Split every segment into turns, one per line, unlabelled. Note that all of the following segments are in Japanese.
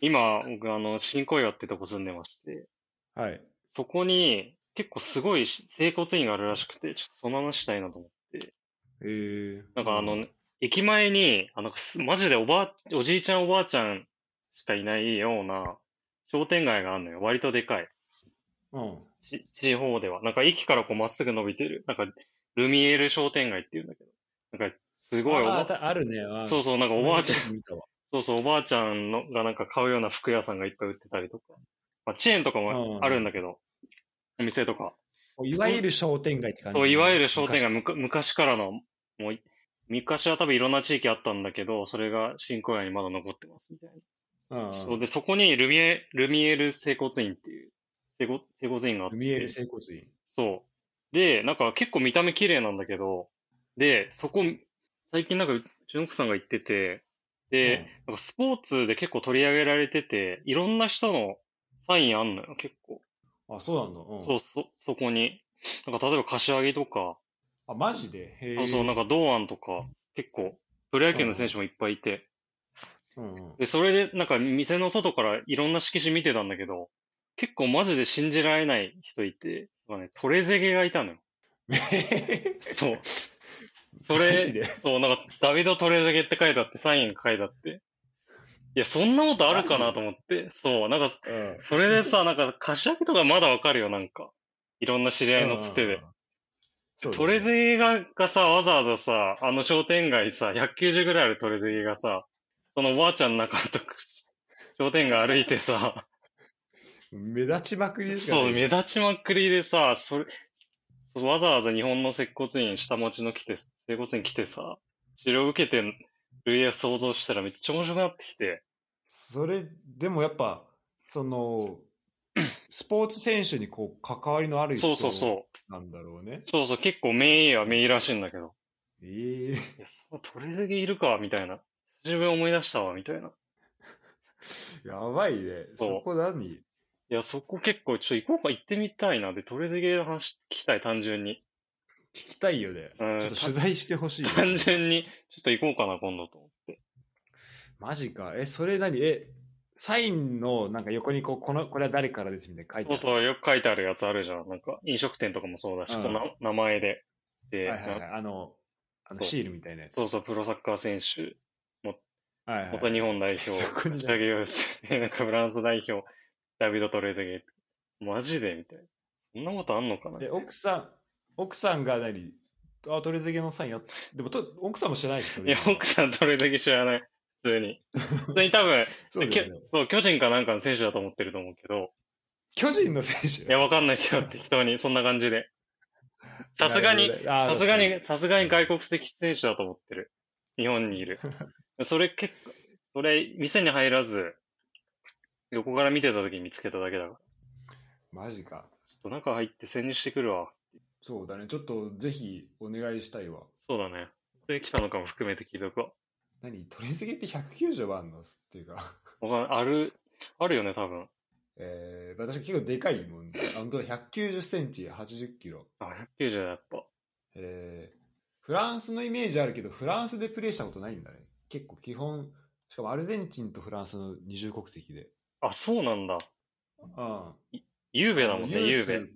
今、僕、あの、新小岩ってとこ住んでまして、
はい。
そこに結構すごいし整骨院があるらしくて、ちょっとその話したいなと思って。
えー。
なんかあの、駅前に、あの、すマジでおばあ、おじいちゃんおばあちゃんしかいないような商店街があるのよ。割とでかい。
うん。
ち地方では。なんか駅からこうまっすぐ伸びてる。なんか、ルミエール商店街っていうんだけど。なんか、すごいお
ああ
ば、
たあるね。あ
そうそう、なんかおばあちゃん、
ん。見たわ
そうそう、おばあちゃんのがなんか買うような服屋さんがいっぱい売ってたりとか。まあ、チェーンとか
う
も
ん
あるんだけど、お店とか。
いわゆる商店街って感じ。
そう、いわゆる商店街、むか昔からの、もうい、昔は多分いろんな地域あったんだけど、それが新小屋にまだ残ってますみたいな。
うん。
そうで、そこにルミエ、ルミエール整骨院っていう、整骨整骨院があって。
ルミエール整骨院。
そう。で、なんか結構見た目綺麗なんだけど、で、そこ、最近なんかうちの奥さんが行ってて、で、なんかスポーツで結構取り上げられてて、いろんな人のサインあんのよ、結構。
うん、あ、そうなんだ。うん、
そう、そ、そこに。なんか例えば柏木とか、
あ、マジでへえ。
そうそう、なんか堂安とか、結構、プロ野球の選手もいっぱいいて。
うんうん。
で、それで、なんか店の外からいろんな色紙見てたんだけど、結構マジで信じられない人いて、なんかね、トレゼゲがいたのよ。 そう。そ
マ
れ、
ジで
そう、なんか、ダビド・トレゼゲって書いてあって、サインが書いてあって。いや、そんなことあるかなと思って、そう、なんか、
うん。
それでさ、なんか、柏木とかまだわかるよ、なんか。いろんな知り合いのつてで。
そうだね。
トレゼゲががさ、わざわざさ、あの商店街さ、190ぐらいあるトレゼゲがさ、そのおばあちゃんの中とか商店街歩いてさ、
目立ちまくりですから
そう、目立ちまくりでさ、それ、そうわざわざ日本の接骨院下町の来て、整骨院来てさ、治療受けてる家想像したらめっちゃ面白くなってきて、
それ、でもやっぱ、その、スポーツ選手にこう、関わりのある人
そうそうそう、
なんだろうね。
そうそう、結構名医は名医らしいんだけど、
え
い
え
や、そう、トレゼゲいるか、みたいな。自分思い出したわ、みたいな。
やばいね。
そう
そこ何
いや、そこ結構、ちょっと行こうか、行ってみたいな。で、トレゼゲの話聞きたい、単純に。
聞きたいよね。ち
うん
ょっと取材してほしいよ。
単純に、ちょっと行こうかな、今度と思って。
マジか。え、それ何え、サインの、なんか横にこう、この、これは誰からですみたいな書いてあ
そ
る
うそう、よく書いてあるやつあるじゃん。なんか、飲食店とかもそうだし、
うん
こうな名前で。で、
はいはい
な
はい。あの、あの
そう
シールみたいなやつ。
そうそう、プロサッカー選手、
はいはい。
元日本代表、
そこに
柏木陽介、 なんかフランス代表、ダビド・トレゼゲ。マジでみたいな。そんなことあんのかな
で、奥さん、奥さんが何あ、取り付けのサインやった。でもと、奥さんも知らないでしょ
いや、奥さんトレゼゲ知らない。普通に。普通に多分、
そうだよね。
そう、巨人かなんかの選手だと思ってると思うけど、
巨人の選
い
手
や、わかんないけど、適当に、そん な感じ で。さすがに、、
さ
さすがに、さすがに外国籍選手だと思ってる。日本にい る。それ結構、それ、店に入らず、横から見てた時に見つけただけだから。ちょ
マジか。
っと中入って潜入してくるわ。
そうだね。ちょっと、ぜひ、お願いしたいわ。
そうだね。で、来たのかも含めて聞いとくわ。
何取り付けって190はあんのっていうか。
わかんある、あるよね、多分。
えー、私結構でかいもんね。あ、本当だ190センチ、80キロ。
あ、190だ、やっぱ。
えー、フランスのイメージあるけど、フランスでプレーしたことないんだね。結構基本、しかもアルゼンチンとフランスの二重国籍で。
あ、そうなんだ。
うん。
ゆうべだもんね、ゆうべ。
べ。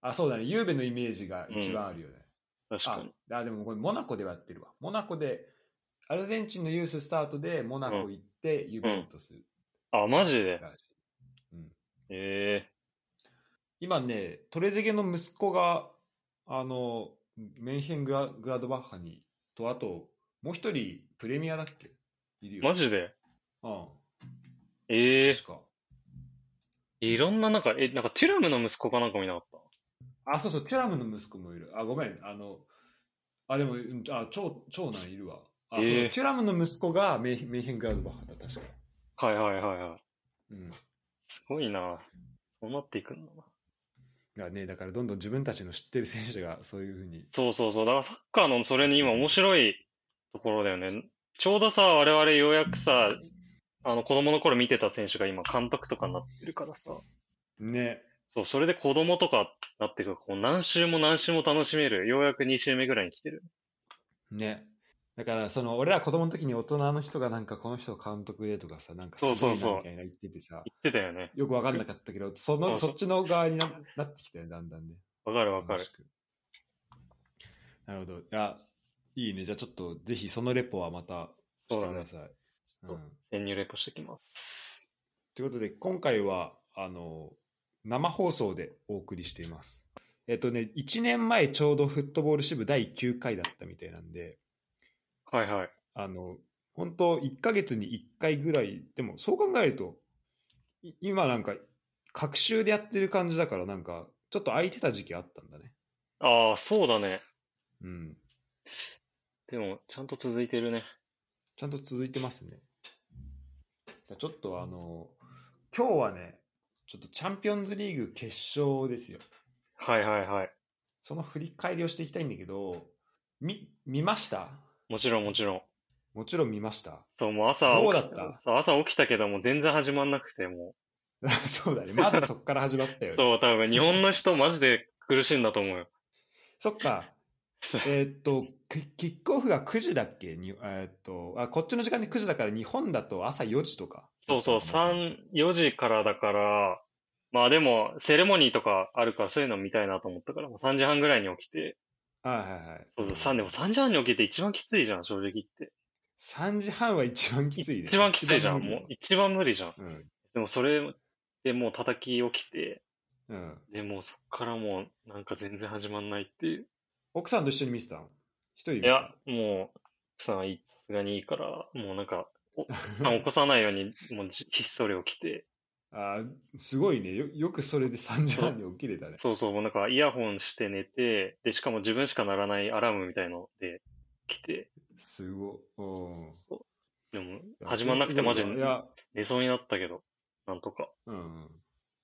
あ、そうだね。ゆうべのイメージが一番あるよね。
確かに。
ああ、でもこれモナコではやってるわ。モナコで、アルゼンチンのユーススタートでモナコ行って、ユベントス
あ、マジで。
らしい。
え
今ね、トレゼゲの息子が、あの、メンヘングラグラドバッハに、と、あと、もう一人、プレミアだっけいる
え
よ。
マジで。
うん。
ええ
確か。
いろんな、なんか、え、なんか、テュラムの息子かなんかもいなかった。
あ、そうそう、テュラムの息子もいる。あ、ごめん、あの、あ、でも、うんあ、長長男いるわ。あ、そう
えー
テュラムの息子がメイメイヘングラドバッハだ、確か。
はいはいはいはい。
うん。
すごいな。そうなっていくんだな。
がね、だからどんどん自分たちの知ってる選手がそういうふうに。
そうそうそう。だからサッカーのそれに今面白いところだよね。ちょうどさ、我々ようやくさ、あの子供の頃見てた選手が今監督とかになってるからさ。
ね。
そう、それで子供とかなってくるからこう何週も何週も楽しめる。ようやく2週目ぐらいに来てる。
ね。だから、その、俺ら子供の時に大人の人がなんかこの人監督でとかさ、なんかすごいな
そうそうそう
みたいな言っててさ、
言ってたよね。
よくわかんなかったけど、その、
そうそう
そっちの側にななってきたよ、だんだんね。
わかるわかる
楽し。く。なるほど。いや、いいね。じゃあちょっと、ぜひそのレポはまた
そ
し
うだ
てく
ね
だ。さい。
そう
うん。
潜入レポしてきます。
ということで、今回は、あの、生放送でお送りしています。えっとね、1年前ちょうどフットボール支部第9回だったみたいなんで、
はいはい。
あの、本当1ヶ月に1回ぐらい、でもそう考えると、い今なんか、隔週でやってる感じだから、なんか、ちょっと空いてた時期あったんだね。
ああ、そうだね。
うん。
でも、ちゃんと続いてるね。
ちゃんと続いてますね。じゃあちょっとあの、今日はね、ちょっとチャンピオンズリーグ決勝ですよ。
はいはいはい。
その振り返りをしていきたいんだけど、み、見ました
もちろんもちろん。
もちろん見ました。
そう、もう朝
どう
起
だ
き
った
そう朝起きたけども全然始まんなくて、も
そうだね。まずそっから始まったよ
う。
ね。
そう、多 分日本の人マジで苦しいんだと思うよ。
そっ か。えーっと、キキックオフが9時だっけにえーっとあ、こっちの時間で9時だから日本だと朝4時とか。
そうそう、3、4時からだから、まあでも、セレモニーとかあるからそういうの見たいなと思ったから、もう3時半ぐらいに起きて、
はいはいはい。
そうそう、3、でも3時半に起きて一番きついじゃん、正直言って。
3時半は一番きついね。
一番きついじゃん、もう
無理
一番無理じゃん。
だね
でもそれでもう叩き起きて、
うん。うん。
でもうそっからもうなんか全然始まんないっていう。
奥さんと一緒に見てたの一人で見
い
てた
や、もう、奥さんはさすがにいいから、もうなんか、 お奥さん起こさないように、もうじひっそり起きて、
あーすごいねよ。よくそれで3時半に起きれたね。
そうそう、もうなんかイヤホンして寝て、で、しかも自分しか鳴らないアラームみたいので来て、
すごい。うん
でも、始まんなくてマジ
い
で
や、
寝そうになったけど、なんとか。
うんうん。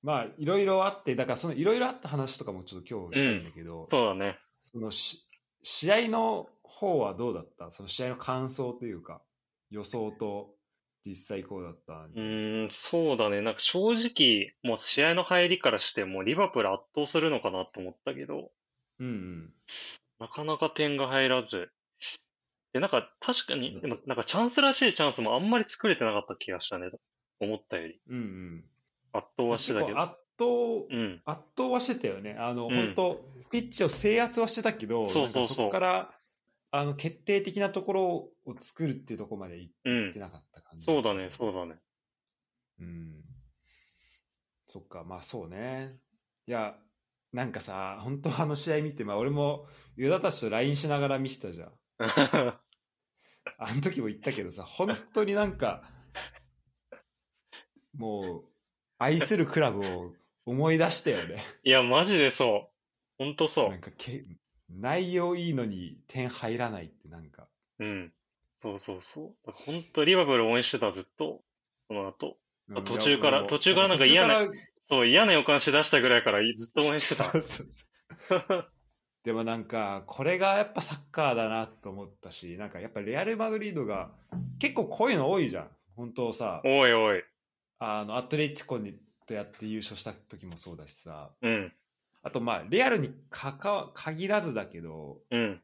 まあ、いろいろあって、だからそのいろいろあった話とかもちょっと今日したいんだけど、
そうだね。
そのし試合の方はどうだったその試合の感想というか、予想と実際こうだった。
うーん、そうだね。なんか正直、もう試合の入りからして、もうリバプール圧倒するのかなと思ったけど、
うんうん。
なかなか点が入らず。で、なんか確かに、でもなんかチャンスらしいチャンスもあんまり作れてなかった気がしたね。思ったより。
うんうん。
圧倒はしてたけ
結
ど。
構圧倒、
うん。
圧倒はしてたよね。あの、
うん
本当ピッチを制圧はしてたけど、
そうそうそう
なんかこから、あの、決定的なところを作るっていうところまで行
う
って
ん。
なかった感じ。
そうだね、そうだね。
うん。そっか、まあそうね。いや、なんかさ、本当あの試合見て、まあ俺も、ユダたちと LINE しながら見てたじゃん。あの時も言ったけどさ、本当になんか、もう、愛するクラブを思い出したよね。
いや、マジでそう。ほんとそ
なんかけ、内容いいのに点入らないってなんか。
う。うん。そうそうそう。だからほんとリバプール応援してた、ずっと。その後。
うん
途中から
いやもう
途中からなんか嫌な
途中か
そう、嫌な予感しだしたぐらいからずっと応援
ら。
してた
そうそうそうでもなんか、これがやっぱサッカーだなと思ったし、なんかやっぱレアル・マドリードが結構こういうの多いじゃん。本当さ、
おいおい。
あの、アトレティコにとやって優勝した時もそうだしさ、
うん。
あとまあ、レアルにかかわ限らずだけど、
うん。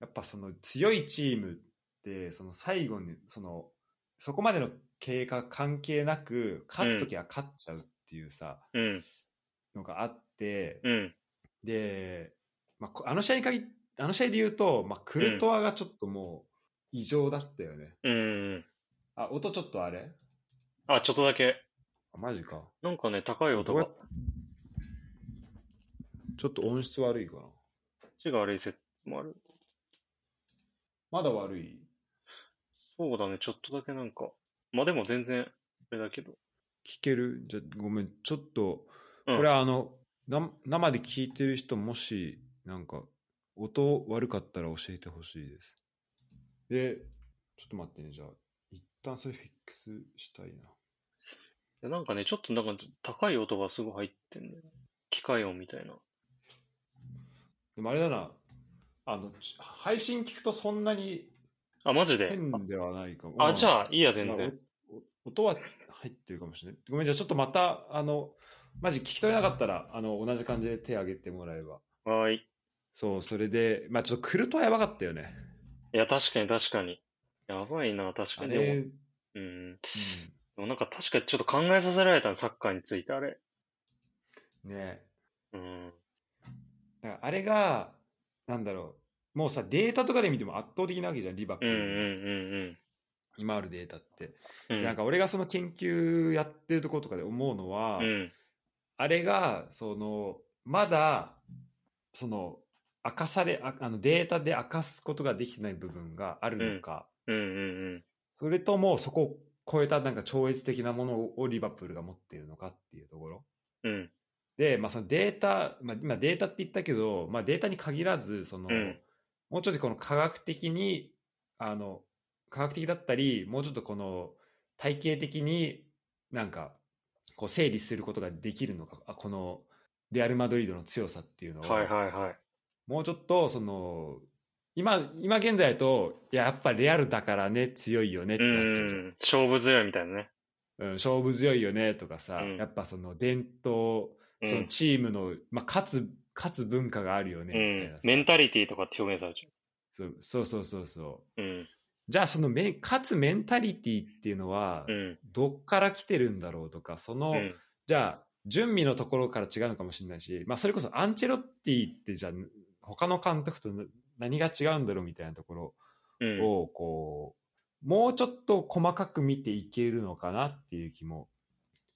やっぱその強いチームって、その最後に、その、そこまでの経過関係なく、勝つ時は勝っちゃうっていうさ、
うん。
のがあって、
うん。
で、まあこ、あの試合に限っあの試合で言うと、まあ、クルトワがちょっともう異常だったよね。
うん。
あ、音ちょっとあれ
あ、ちょっとだけ。
あマジか。
なんかね、高い音
どうや
が
っ。ちょっと音質悪いかな。
血が悪い説もある。
まだ悪い
そうだね、ちょっとだけなんか。まあでも全然、あれだけど。
聞けるじゃ、ごめん。ちょっと、
うん
これあの、な生で聞いてる人もし、なんか、音悪かったら教えてほしいです。で、ちょっと待ってね。じゃあ、一旦それフィックスしたいな。
でなんかね、ちょっとなんか高い音がすごい入ってんだよ。機械音みたいな。
でもあれだな、あの、ち配信聞くとそんなに
あ、マジで。
変ではないかも。
あ、
うん
じゃあ、いいや、
ま
全
あ
然。
おお音は入ってるかもしれない。ごめん、じゃあちょっとまた、あの、マジ聞き取れなかったら、あの、同じ感じで手挙げてもらえば。
はーい。
そう、それで、まあちょっとクルトはやばかったよね。
いや、確かに確かに。やばいな、確か
あ
に。
れ、
で
う
も、
ん、
うん。でもなんか確かにちょっと考えさせられたね、サッカーについて、あれ。
ね
うん。
だからあれが、なんだろう、もうさ、データとかで見ても圧倒的なわけじゃん、リバプ
うんうん
ール。
うん
今あるデータって。
うん。
でなんか俺がその研究やってるところとかで思うのは、
うん。
あれが、その、まだ、その、明かされ、ああのデータで明かすことができてない部分があるのか、
うんうん
それともそこを超えたなんか超越的なものをリバプールが持っているのかっていうところ。
うん。うん。
で、まあ、そのデータ、まあ、今データって言ったけど、まあ、データに限らず、その、
うん
もうちょっとこの科学的に、あの、科学的だったり、もうちょっとこの体系的になんか、こう整理することができるのか、あこのレアル・マドリードの強さっていうのを、
はいはいはい。
もうちょっとその、今、今現在だと、いや、やっぱレアルだからね、強いよねって
う
なっちゃうじゃん
ん。勝負強いみたいなね。
うん、勝負強いよねとかさ、
うん
やっぱその伝統、
うん
そのチームの、まあ、勝つ、勝つ文化があるよね、
う
みたい
ん
な。さ
メンタリティとかって表現されちゃ。
そうそうそうそうそう
うん。
う。じゃあそのめ、勝つメンタリティっていうのは
う、ん。
どっから来てるんだろうとか、その、
うん。
じゃあ、準備のところから違うのかもしれないし、まあそれこそアンチェロッティってじゃあ、他の監督と何が違うんだろうみたいなところ
うん。
を、こう、もうちょっと細かく見ていけるのかなっていう気も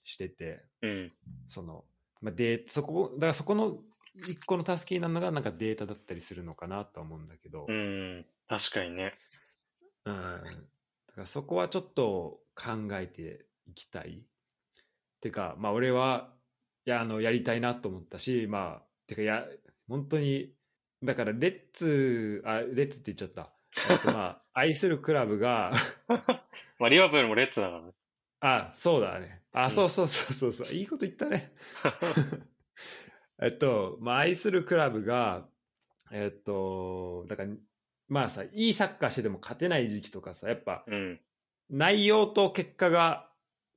してて。
うん。
その、まあ、で、そこ、だからそこの一個の助けになるのがなんかデータだったりするのかなとは思うんだけど、
うん。確かにね。
うん。だからそこはちょっと考えていきたい。てか、まあ俺は、いや、あの、やりたいなと思ったし、まあ、てか、いや、本当に、だからレッツ、あ、レッツって言っちゃった。えっとまあ、愛するクラブが、
まあ、リバプールもレッツだからね。
あ、そうだね。あ、
うん
そうそうそうそうそう。いいこと言ったね。 えっと、まあ、愛するクラブが、えっと、だから、まあさ、いいサッカーしてでも勝てない時期とかさ、やっぱ
うん。
内容と結果が、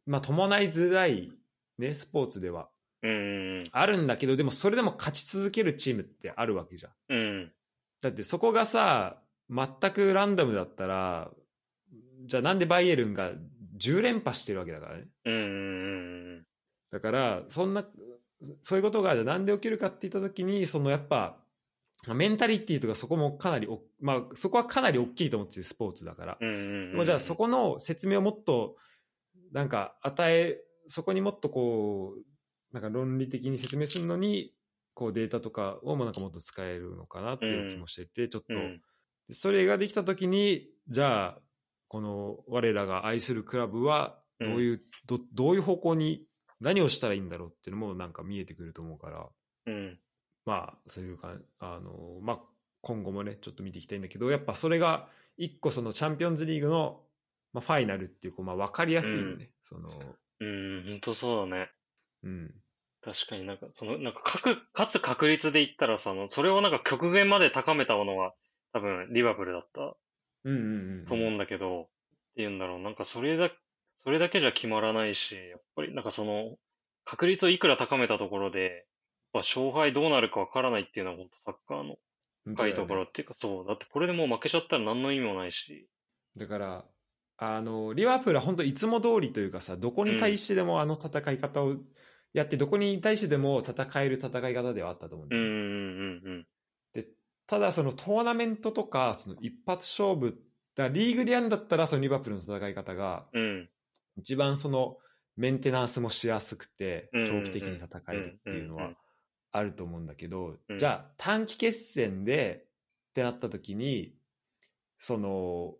まあ、伴いづらい、ね、スポーツでは
うん。
あるんだけど、でもそれでも勝ち続けるチームってあるわけじゃん。
うん。
だってそこがさ、全くランダムだったら、じゃあなんでバイエルンが10連覇してるわけだからね。
うん。うん。
だから、そんな、そういうことが、じゃあなんで起きるかって言ったときに、そのやっぱ、まあメンタリティとかそこもかなりお、まあそこはかなり大きいと思ってるスポーツだから。
うん。
でもじゃあそこの説明をもっと、なんか与え、そこにもっとこう、なんか論理的に説明するのに、こうデータとかをもなんかもっと使えるのかなっていう気もしてて、ちょっと、
うん。
でそれができたときに、じゃあ、この我らが愛するクラブは、どういう、ど、どういう方向に、何をしたらいいんだろうっていうのもなんか見えてくると思うから、
うん。
まあ、そういうか、あの、まあ、今後もね、ちょっと見ていきたいんだけど、やっぱそれが、一個そのチャンピオンズリーグの、まあ、ファイナルっていう、こう、まあ、わかりやすいよね。その、
うん。ほんとそうだね。
うん。
確かになんか、その、なんか、かく、勝つ確率で言ったらさ、もうそれをなんか極限まで高めたものは、多分、リバプールだった
うんうんうん。
と思うんだけど、っていうんだろう。なんか、それだ、それだけじゃ決まらないし、やっぱり、なんかその、確率をいくら高めたところで、やっぱ勝敗どうなるかわからないっていうのは、本当サッカーの深いところっていうか、そう。だって、これでもう負けちゃったら何の意味もないし。
だから、あの、リバプールは本当いつも通りというかさ、どこに対してでもあの戦い方をやって、どこに対してでも戦える戦い方ではあったと思うん
う
だ
ん、
よ
う
ね、
ん、うん、
ただそのトーナメントとか、その一発勝負、だからリーグでやるんだったらそのリバプールの戦い方が、
うん。うん、
一番そのメンテナンスもしやすくて
うんうんうん
長期的に戦えるっていうの
うんうん
は
うん
あると思うんだけど、
うん
じゃあ短期決戦でってなった時にその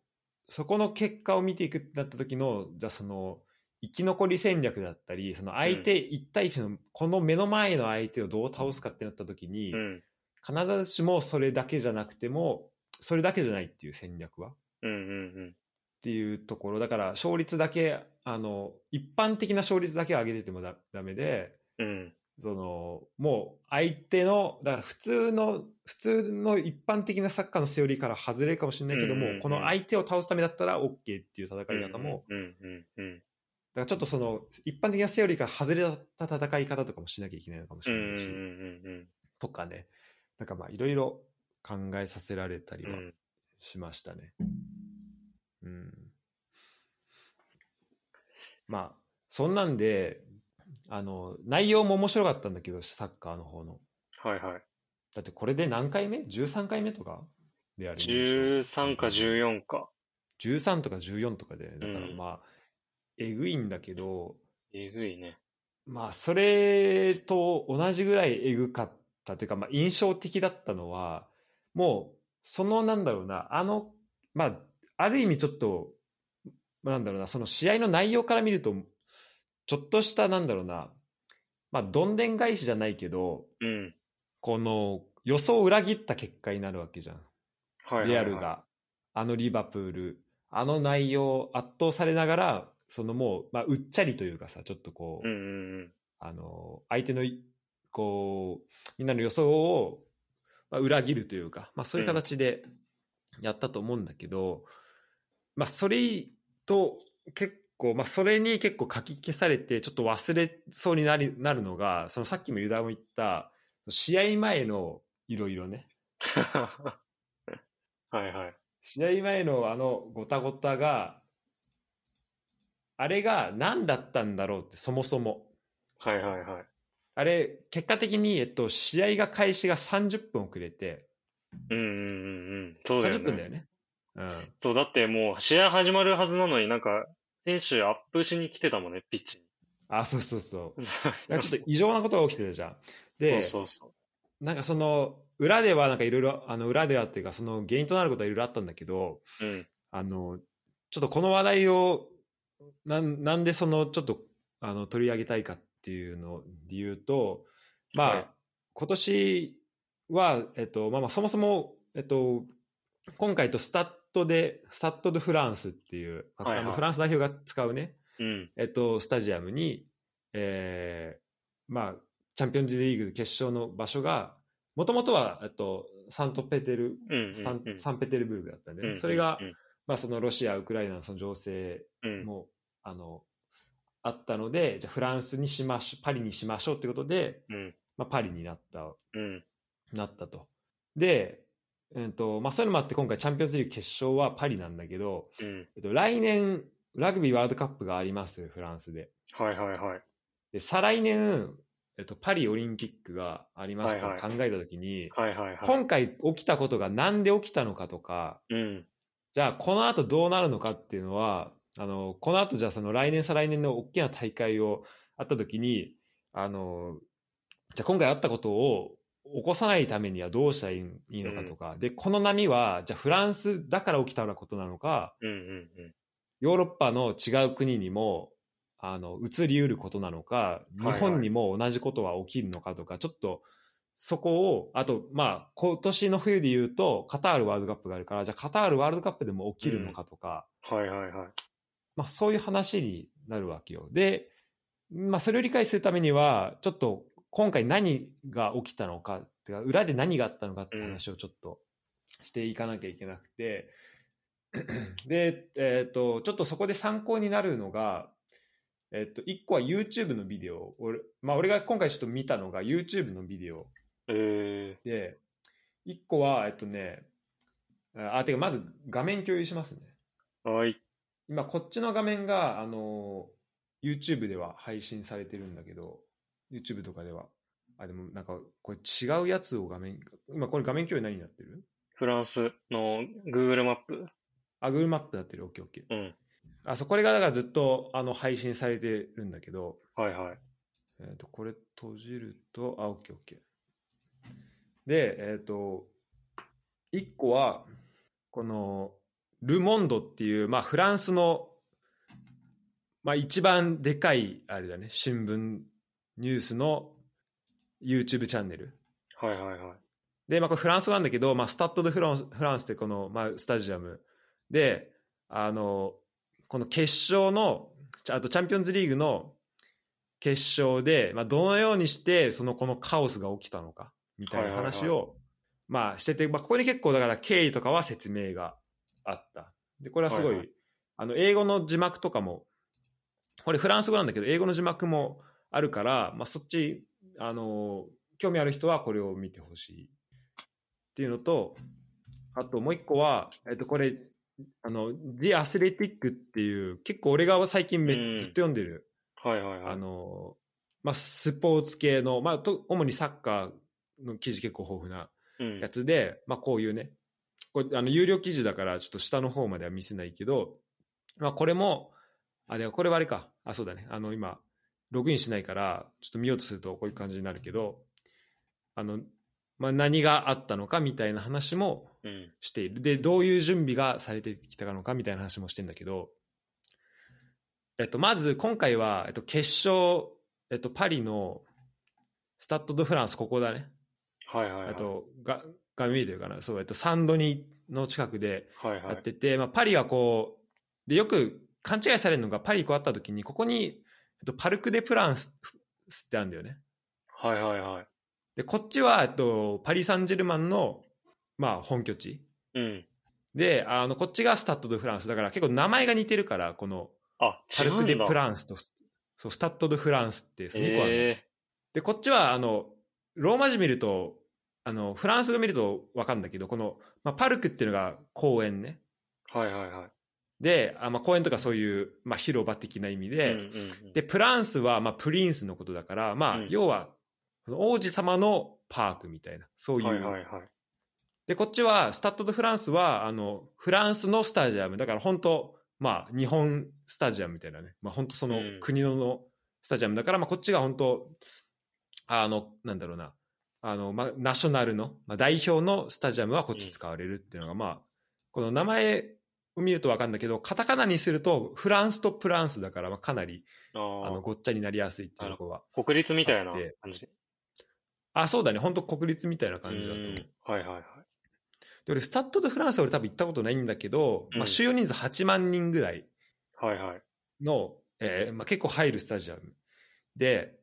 そこの結果を見ていくってなった時のじゃあその生き残り戦略だったりその相手1対1のこの目の前の相手をどう倒すかってなった時に、
うん、
必ずしもそれだけじゃなくてもそれだけじゃないっていう戦略は
うん、うん、
っていうところだから勝率だけあの一般的な勝率だけ上げててもだダメで
うん、うん、
そのもう相手のだから普通の普通の一般的なサッカーのセオリーから外れるかもしれないけども、
うんうんうん
この相手を倒すためだったら OK っていう戦い方も、だか
うん、うん、うん、
らちょっとその一般的なセオリーから外れた戦い方とかもしなきゃいけないのかもし
うん、う
れ
ん、
ないし、
うん、うん、
とかねなんかまあいろいろ考えさせられたり
う
は
ん。
しましたね。うん。まあ、そんなんで、あの、内容も面白かったんだけど、サッカーの方の。
はいはい。
だってこれで何回目 ?13 回目とかであれ
13か14か。
13とか14とかで、だから
うん
まあ、えぐいんだけど、
えぐいね。
まあ、それと同じぐらいえぐかったというか、まあ、印象的だったのは、もう、その、なんだろうな、あの、まあ、ある意味ちょっと、まあなんだろうな、その試合の内容から見ると、ちょっとした、なんだろうな、まあ、どんでん返しじゃないけど、
うん。
この、予想を裏切った結果になるわけじゃん。
はいはい、
リアル。が、あのリバプール、あの内容、圧倒されながら、そのもう、まあ、うっちゃりというかさ、ちょっとこう、
うんうんうん。
あの、相手のい、こう、みんなの予想を、まあ、裏切るというか、まあ、そういう形でやったと思うんだけど、まあ、それと、結構、まあ、それに結構書き消されて、ちょっと忘れそうになりなるのが、そのさっきもユダも言った、試合前のいろいろね、
はいはい。
試合前のあのごたごたが、あれが何だったんだろうって、そもそも。
はいはいはい。
あれ、結果的に、えっと、試合が開始が30分遅れて、
うんうんうんうん。そうだよ
30分
ね
だよ。ね。うん。
そう、だってもう試合始まるはずなのになんか、選手アップしに来てたもんね、ピッチに。
あ、そうそうそう。なんかちょっと異常なことが起きてたじゃん。で、
そうそう
なんかその、裏ではなんかいろいろ、あの、裏ではっていうか、その原因となることはいろいろあったんだけど、
そう。うん。
あの、ちょっとこの話題を、なん、なんでその、ちょっと、あの、取り上げたいかっていうの、理由と、まあ、
はい
今年は、えっと、まあまあ、そもそも、えっと、今回とスタッドで、スタッド・ド・フランスっていう、まあ
はいはい
あのフランス代表が使うね、
うん。
えっと、スタジアムに、えーまあ、チャンピオンズリーグ決勝の場所が、もともとは、えっと、サントペテル、
うんうんうん。
サンサンペテルブルクだったんで、
うんうんうん
それが、、まあ、そのロシア、ウクライナのその情勢
うん。
も、あの、あったので、じゃあフランスにしましょう、パリにしましょうってことで、
うん。
まあ、パリになった、
うん。
なったと。で、うんと、まあ、そういうのもあって今回チャンピオンズリーグ決勝はパリなんだけど、
うん。
えっと、来年、ラグビーワールドカップがあります、フランスで。
はいはいはい。
で、再来年、えっと、パリオリンピックがありますと
はいは
考えたときに、
はいはいはい。
今回起きたことがなんで起きたのかとか、
うん。
じゃあ、この後どうなるのかっていうのは、あの、この後じゃあその来年再来年の大きな大会をあった時に、あの、じゃあ今回あったことを起こさないためにはどうしたらいいいいのかとか、で、この波は、じゃあフランスだから起きたことなのか、
うんうんうん。
ヨーロッパの違う国にも、あの、移りうることなのか、
はい
日本にも同じことは起きるのかとか、ちょっと、そこを、あと、まあ、今年の冬で言うと、カタールワールドカップがあるから、じゃあカタールワールドカップでも起きるのかとか、
はいはいはい。
まあ、そういう話になるわけよ。で、まあ、それを理解するためには、ちょっと、今回何が起きたのか、てか裏で何があったのかって話をちょっとしていかなきゃいけなくて、 で、えっ、と、ちょっとそこで参考になるのが、えっ、と、一個は YouTube のビデオ。俺、まあ、俺が今回ちょっと見たのが YouTube のビデオ
え
で、一個は、えっとね、あ、てかまず画面共有しますね。
ー、はい。
今こっちの画面が、あのー YouTube では配信されてるんだけど、YouTube とかでは。あ、でもなんか、これ違うやつを画面、今これ画面共有何になってる
フランスの Google マップ。
あ、Google マップになってる。OK、OK。
うん。
あ、そうこれがだからずっと、あの、配信されてるんだけど、
はいはい。
えっ、と、これ閉じると、あ、オッケーオッケー。で、えっ、と、一個は、この、ルモンドっていう、まあ、フランスの、まあ、一番でかい、あれだね、新聞、ニュースの YouTube チャンネル。
はいはいはい。
で、まあ、これフランス語なんだけど、まあ、スタッド・ド・フランス、フランスってこの、まあ、スタジアムで、あの、この決勝の、ちゃあとチャンピオンズリーグの決勝で、まあ、どのようにして、その、このカオスが起きたのか、みたいな話を、
は
まあ、してて、まあ、ここに結構、だから、経緯とかは説明があった。で、これはすごい、
はいは
あの、英語の字幕とかも、これフランス語なんだけど、英語の字幕もあるから、まあ、そっち、あの、興味ある人はこれを見てほしいっていうのと、あともう一個は、えっと、これ、あの、The Athletic っていう、結構俺が最近め、
うん
ずっと読んでる、
はいはいは
あ
い。
の、まあ、スポーツ系の、まあ、と、主にサッカーの記事結構豊富な
うん
や。つで、まあ、こういうね、これ、あの、有料記事だから、ちょっと下の方までは見せないけど、まあ、これも、あ、でもこれはあれか。あ、そうだね。あの、今、ログインしないから、ちょっと見ようとするとこういう感じになるけど、あの、まあ、何があったのかみたいな話も
うん。
している。で、どういう準備がされてきたのかみたいな話もしてんだけど、えっと、まず今回は、えっと、決勝、えっと、パリのスタッド・ド・フランス、ここだね。
はいはいはい。
あ、と、が、ガミーというかな、そう、えっと、サンドニの近くで
はいは
やっ
い。
てて、まあ、パリはこう、で、よく勘違いされるのが、パリこうあった時に、ここに、えっと、パルク・デ・プランススってあるんだよね。
はいはいはい。
で、こっちは、えっと、パリ・サンジェルマンの、まあ、本拠地。
うん。
で、あの、こっちがスタッド・ド・フランス。だから結構名前が似てるから、この、
あ、
パルク・
違う
デ・
んだ
プランスと、そう、スタッド・ド・フランスって、そう、2個あるの、
え
で、こっちは、あの、ローマ字見ると、あの、フランス語見るとわかるんだけど、この、まあ、パルクっていうのが公園ね。
ーはいはいはい。
で、あまあ、公園とかそういう、まあ、広場的な意味で、
うんうんうん
で、プランスは、まあ、プリンスのことだから、まあ、
うん
要は、その王子様のパークみたいな、そういう。
はいはいはい。
で、こっちは、スタッド・ド・フランスは、あの、フランスのスタジアム。だから、本当まあ、日本スタジアムみたいなね。まあ、本当その
うん
国ののスタジアムだから、まあ、こっちが本当あの、なんだろうな。あの、まあ、ナショナルの、まあ、代表のスタジアムはこっち使われるっていうのが、まあ、この名前を見るとわかるんだけど、カタカナにすると、フランスとプランスだから、まあ、かなり、
あ
あの、
ー
ごっちゃになりやすいっていうところは。
国立みたいな
あって
感じ。
あ、そうだね。本当国立みたいな
う
感じだと思う。
ん。はいはいはい。
で、俺、スタッド・ド・フランスは俺多分行ったことないんだけど、
うん
まあ、収容人数8万人ぐらい
はいはい。
の、えーまあ、結構入るスタジアム。で、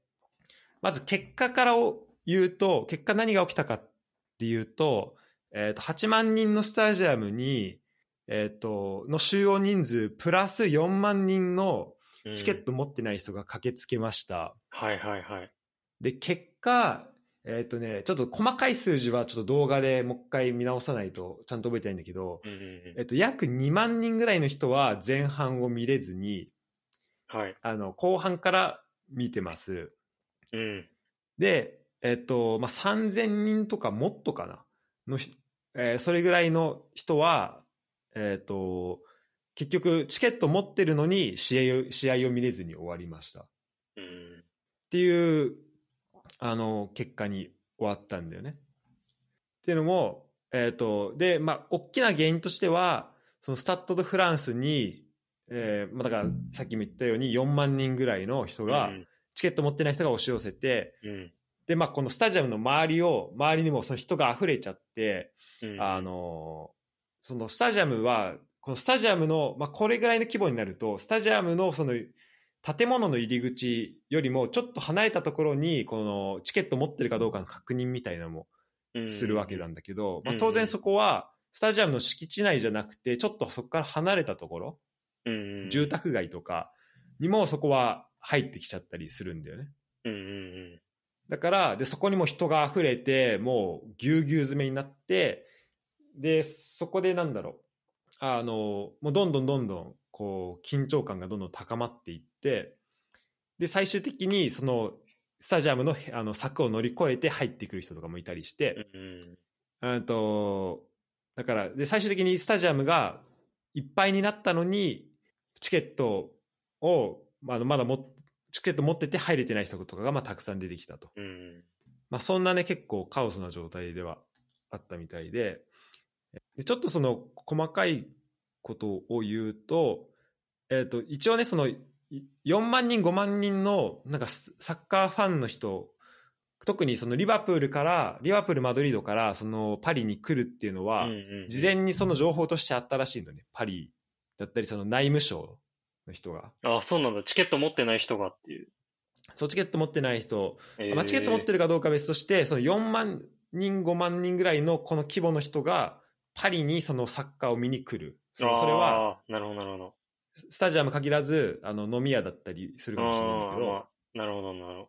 まず結果からを言うと、結果何が起きたかっていうと、えっ、と、8万人のスタジアムに、えっ、と、の収容人数プラス4万人の
うん
チケット持ってない人が駆けつけました。
はいはいはい。
で、結果、えっ、とね、ちょっと細かい数字はちょっと動画でもう一回見直さないとちゃんと覚えてないんだけど、
うんうん
えっと、約2万人ぐらいの人は前半を見れずに、
うん。はい。
あの、後半から見てます。
うん。
で、えっと、まあ、3000人とかもっとかなのひ、えーそれぐらいの人は、えっと、結局、チケット持ってるのに試合を、試合を見れずに終わりました。っ
うん。
ていう、あの、結果に終わったんだよね。っていうのも、えっ、と、で、まあ、大きな原因としては、そのスタッド・ド・フランスに、えーまあ、だから、さっきも言ったように4万人ぐらいの人が
う、ん
チケット持ってない人が押し寄せて、
うん。
で、まあ、このスタジアムの周りを、周りにもその人が溢れちゃって、
うん
あ、のーそのスタジアムは、このスタジアムの、まあ、これぐらいの規模になると、スタジアムのその、建物の入り口よりもちょっと離れたところに、このチケット持ってるかどうかの確認みたいなのもするわけ
だ。
なんだけど、
うん
まあ、当然そこはスタジアムの敷地内じゃなくてちょっとそこから離れたところ、
うんうん。
住宅街とかにもそこは入ってきちゃったりするんだよね
うんうん
だからでそこにも人が溢れてもうぎゅうぎゅう詰めになってでそこでなんだろうあのもうどんどんどんどんこう緊張感がどんどん高まっていってで最終的にそのスタジアムのあの柵を乗り越えて入ってくる人とかもいたりして、
うん。うんうん。
うんと、だから、で、最終的にスタジアムがいっぱいになったのに、チケットを、まあ、まだも、チケット持ってて入れてない人とかが、まあ、たくさん出てきたと。
うん
まあ、そんなね、結構カオスな状態ではあったみたいで、でちょっとその、細かいことを言うと、えっ、と、一応ね、その、い4万人、5万人の、なんかス、サッカーファンの人、特にそのリバプールから、リバプール、マドリードから、そのパリに来るっていうのは、
うんうん。
事前にその情報としてあったらしいのね。パリだったり、その内務省の人が。
あ、そうなんだ。チケット持ってない人がっていう。
そう、チケット持ってない人、
えー
まあ、チケット持ってるかどうかは別として、その4万人、5万人ぐらいのこの規模の人が、パリにそのサッカーを見に来る。そのそれは、
あー、なるほどなるほど。
スタジアム限らず、あの、飲み屋だったりするかもしれないんだけ
あー
ど、
まあなるほどなるほ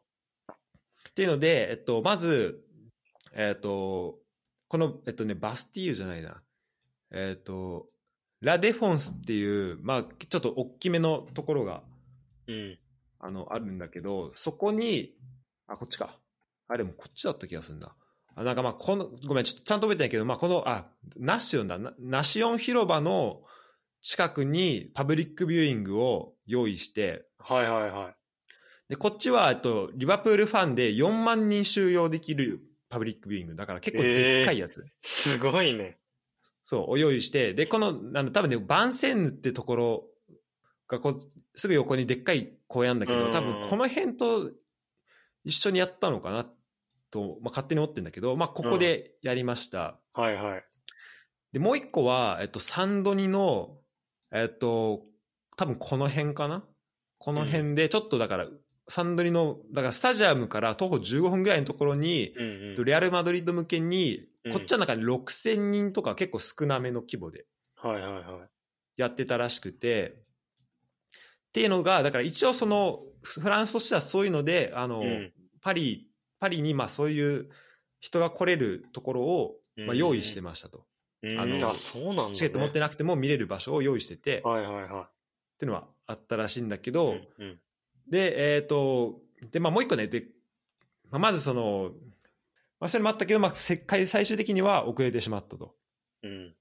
っていうので、えっと、まず、えっと、この、えっとね、バスティーユじゃないな。えっ、と、ラ・デフォンスっていう、まあ、ちょっと大きめのところが、
うん。
あの、あるんだけど、そこに、あ、こっちか。あ、でもこっちだった気がするんだ。あ、なんかまあ、この、ごめん、ちょっとちゃんと覚えてないけど、まあ、この、あ、ナシオンだ。ナナシオン広場の近くにパブリックビューイングを用意して、
はいはいはい。
で、こっちは、えっと、リバプールファンで4万人収容できるパブリックビューイング。だから結構でっかいやつ。
すごいね。
そう、お用意して、で、この、なんだ、多分ね、バンセンヌってところがこう、すぐ横にでっかい公園なんだけ
う
ど、
ん
多分この辺と一緒にやったのかなと、まあ、勝手に思ってんだけど、まあ、ここでやりました。
はいはい。
で、もう一個は、えっと、サンドニの、えっと、多分この辺かなこの辺で、ちょっとだから、サンドニの、だからスタジアムから徒歩15分ぐらいのところに、
うん
えっ
う
と
ん。
レアル・マドリード向けに
う、ん
こっちはなんか6000人とか結構少なめの規模で
はいはいは
やってたらしくて、っていうのが、だから一応その、フランスとしてはそういうので、あの、
い。うん。
パリ、パリにまあそういう人が来れるところを、ま
う
あ
ん
用意してましたと。
うん
あの
あ、そうなんだ、ね。
チケット持ってなくても見れる場所を用意してて、っ
はいはいは
ていうのはあったらしいんだけ
い。
ど、
うんうん。
で、えっ、と、で、まあもう一個ね、で、まあまずその、まあそれもあったけど、まあせっかい最終的には遅れてしまったと。
うん。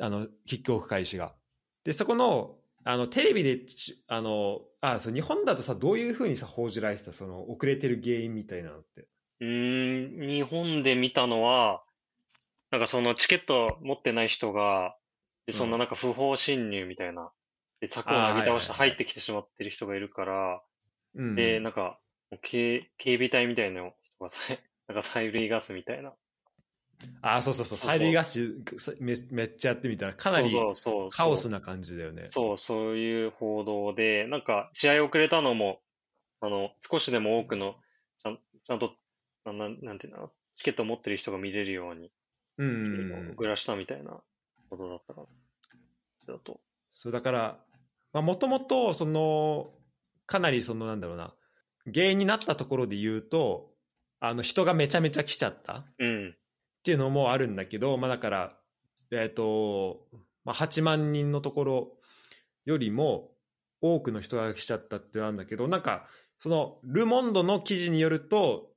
あの、キックオフ開始が。で、そこの、あの、テレビでち、あの、あ、そう、日本だとさ、どういうふうにさ、報じられてた、その、遅れてる原因みたいなのって。
うーん、日本で見たのは、なんかそのチケット持ってない人が、で、そんな
うん
なんか不法侵入みたいな、で、柵を
あー
なぎ倒して
はいはいは
入
い
ってきてしまってる人がいるから、
うん。
で、なんか、もう警、警備隊みたいな人がさ、 なんか催涙ガスみたいな。
あ、そうそうそう、
そうそう
催涙ガスめめっちゃやってみたら、かなり
そうそうそう
カ
そ
オ
う
スな感じだよね。
そう、そういう報道で、なんか、試合遅れたのも、あの、少しでも多くの、ちゃん、ちゃんと、ななんなんていうの、チケットを持ってる人が見れるように、
う
遅
ん。
らしたみたいなことだったかな。だと。
そう、だから、まあ、もともと、その、かなりその、なんだろうな、原因になったところで言うと、あの、人がめちゃめちゃ来ちゃった。
うん。
っていうのもあるんだけど、まあ、だから、えっ、と、まあ、8万人のところよりも多くの人が来ちゃったってなんだけど、なんか、その、ルモンドの記事によると、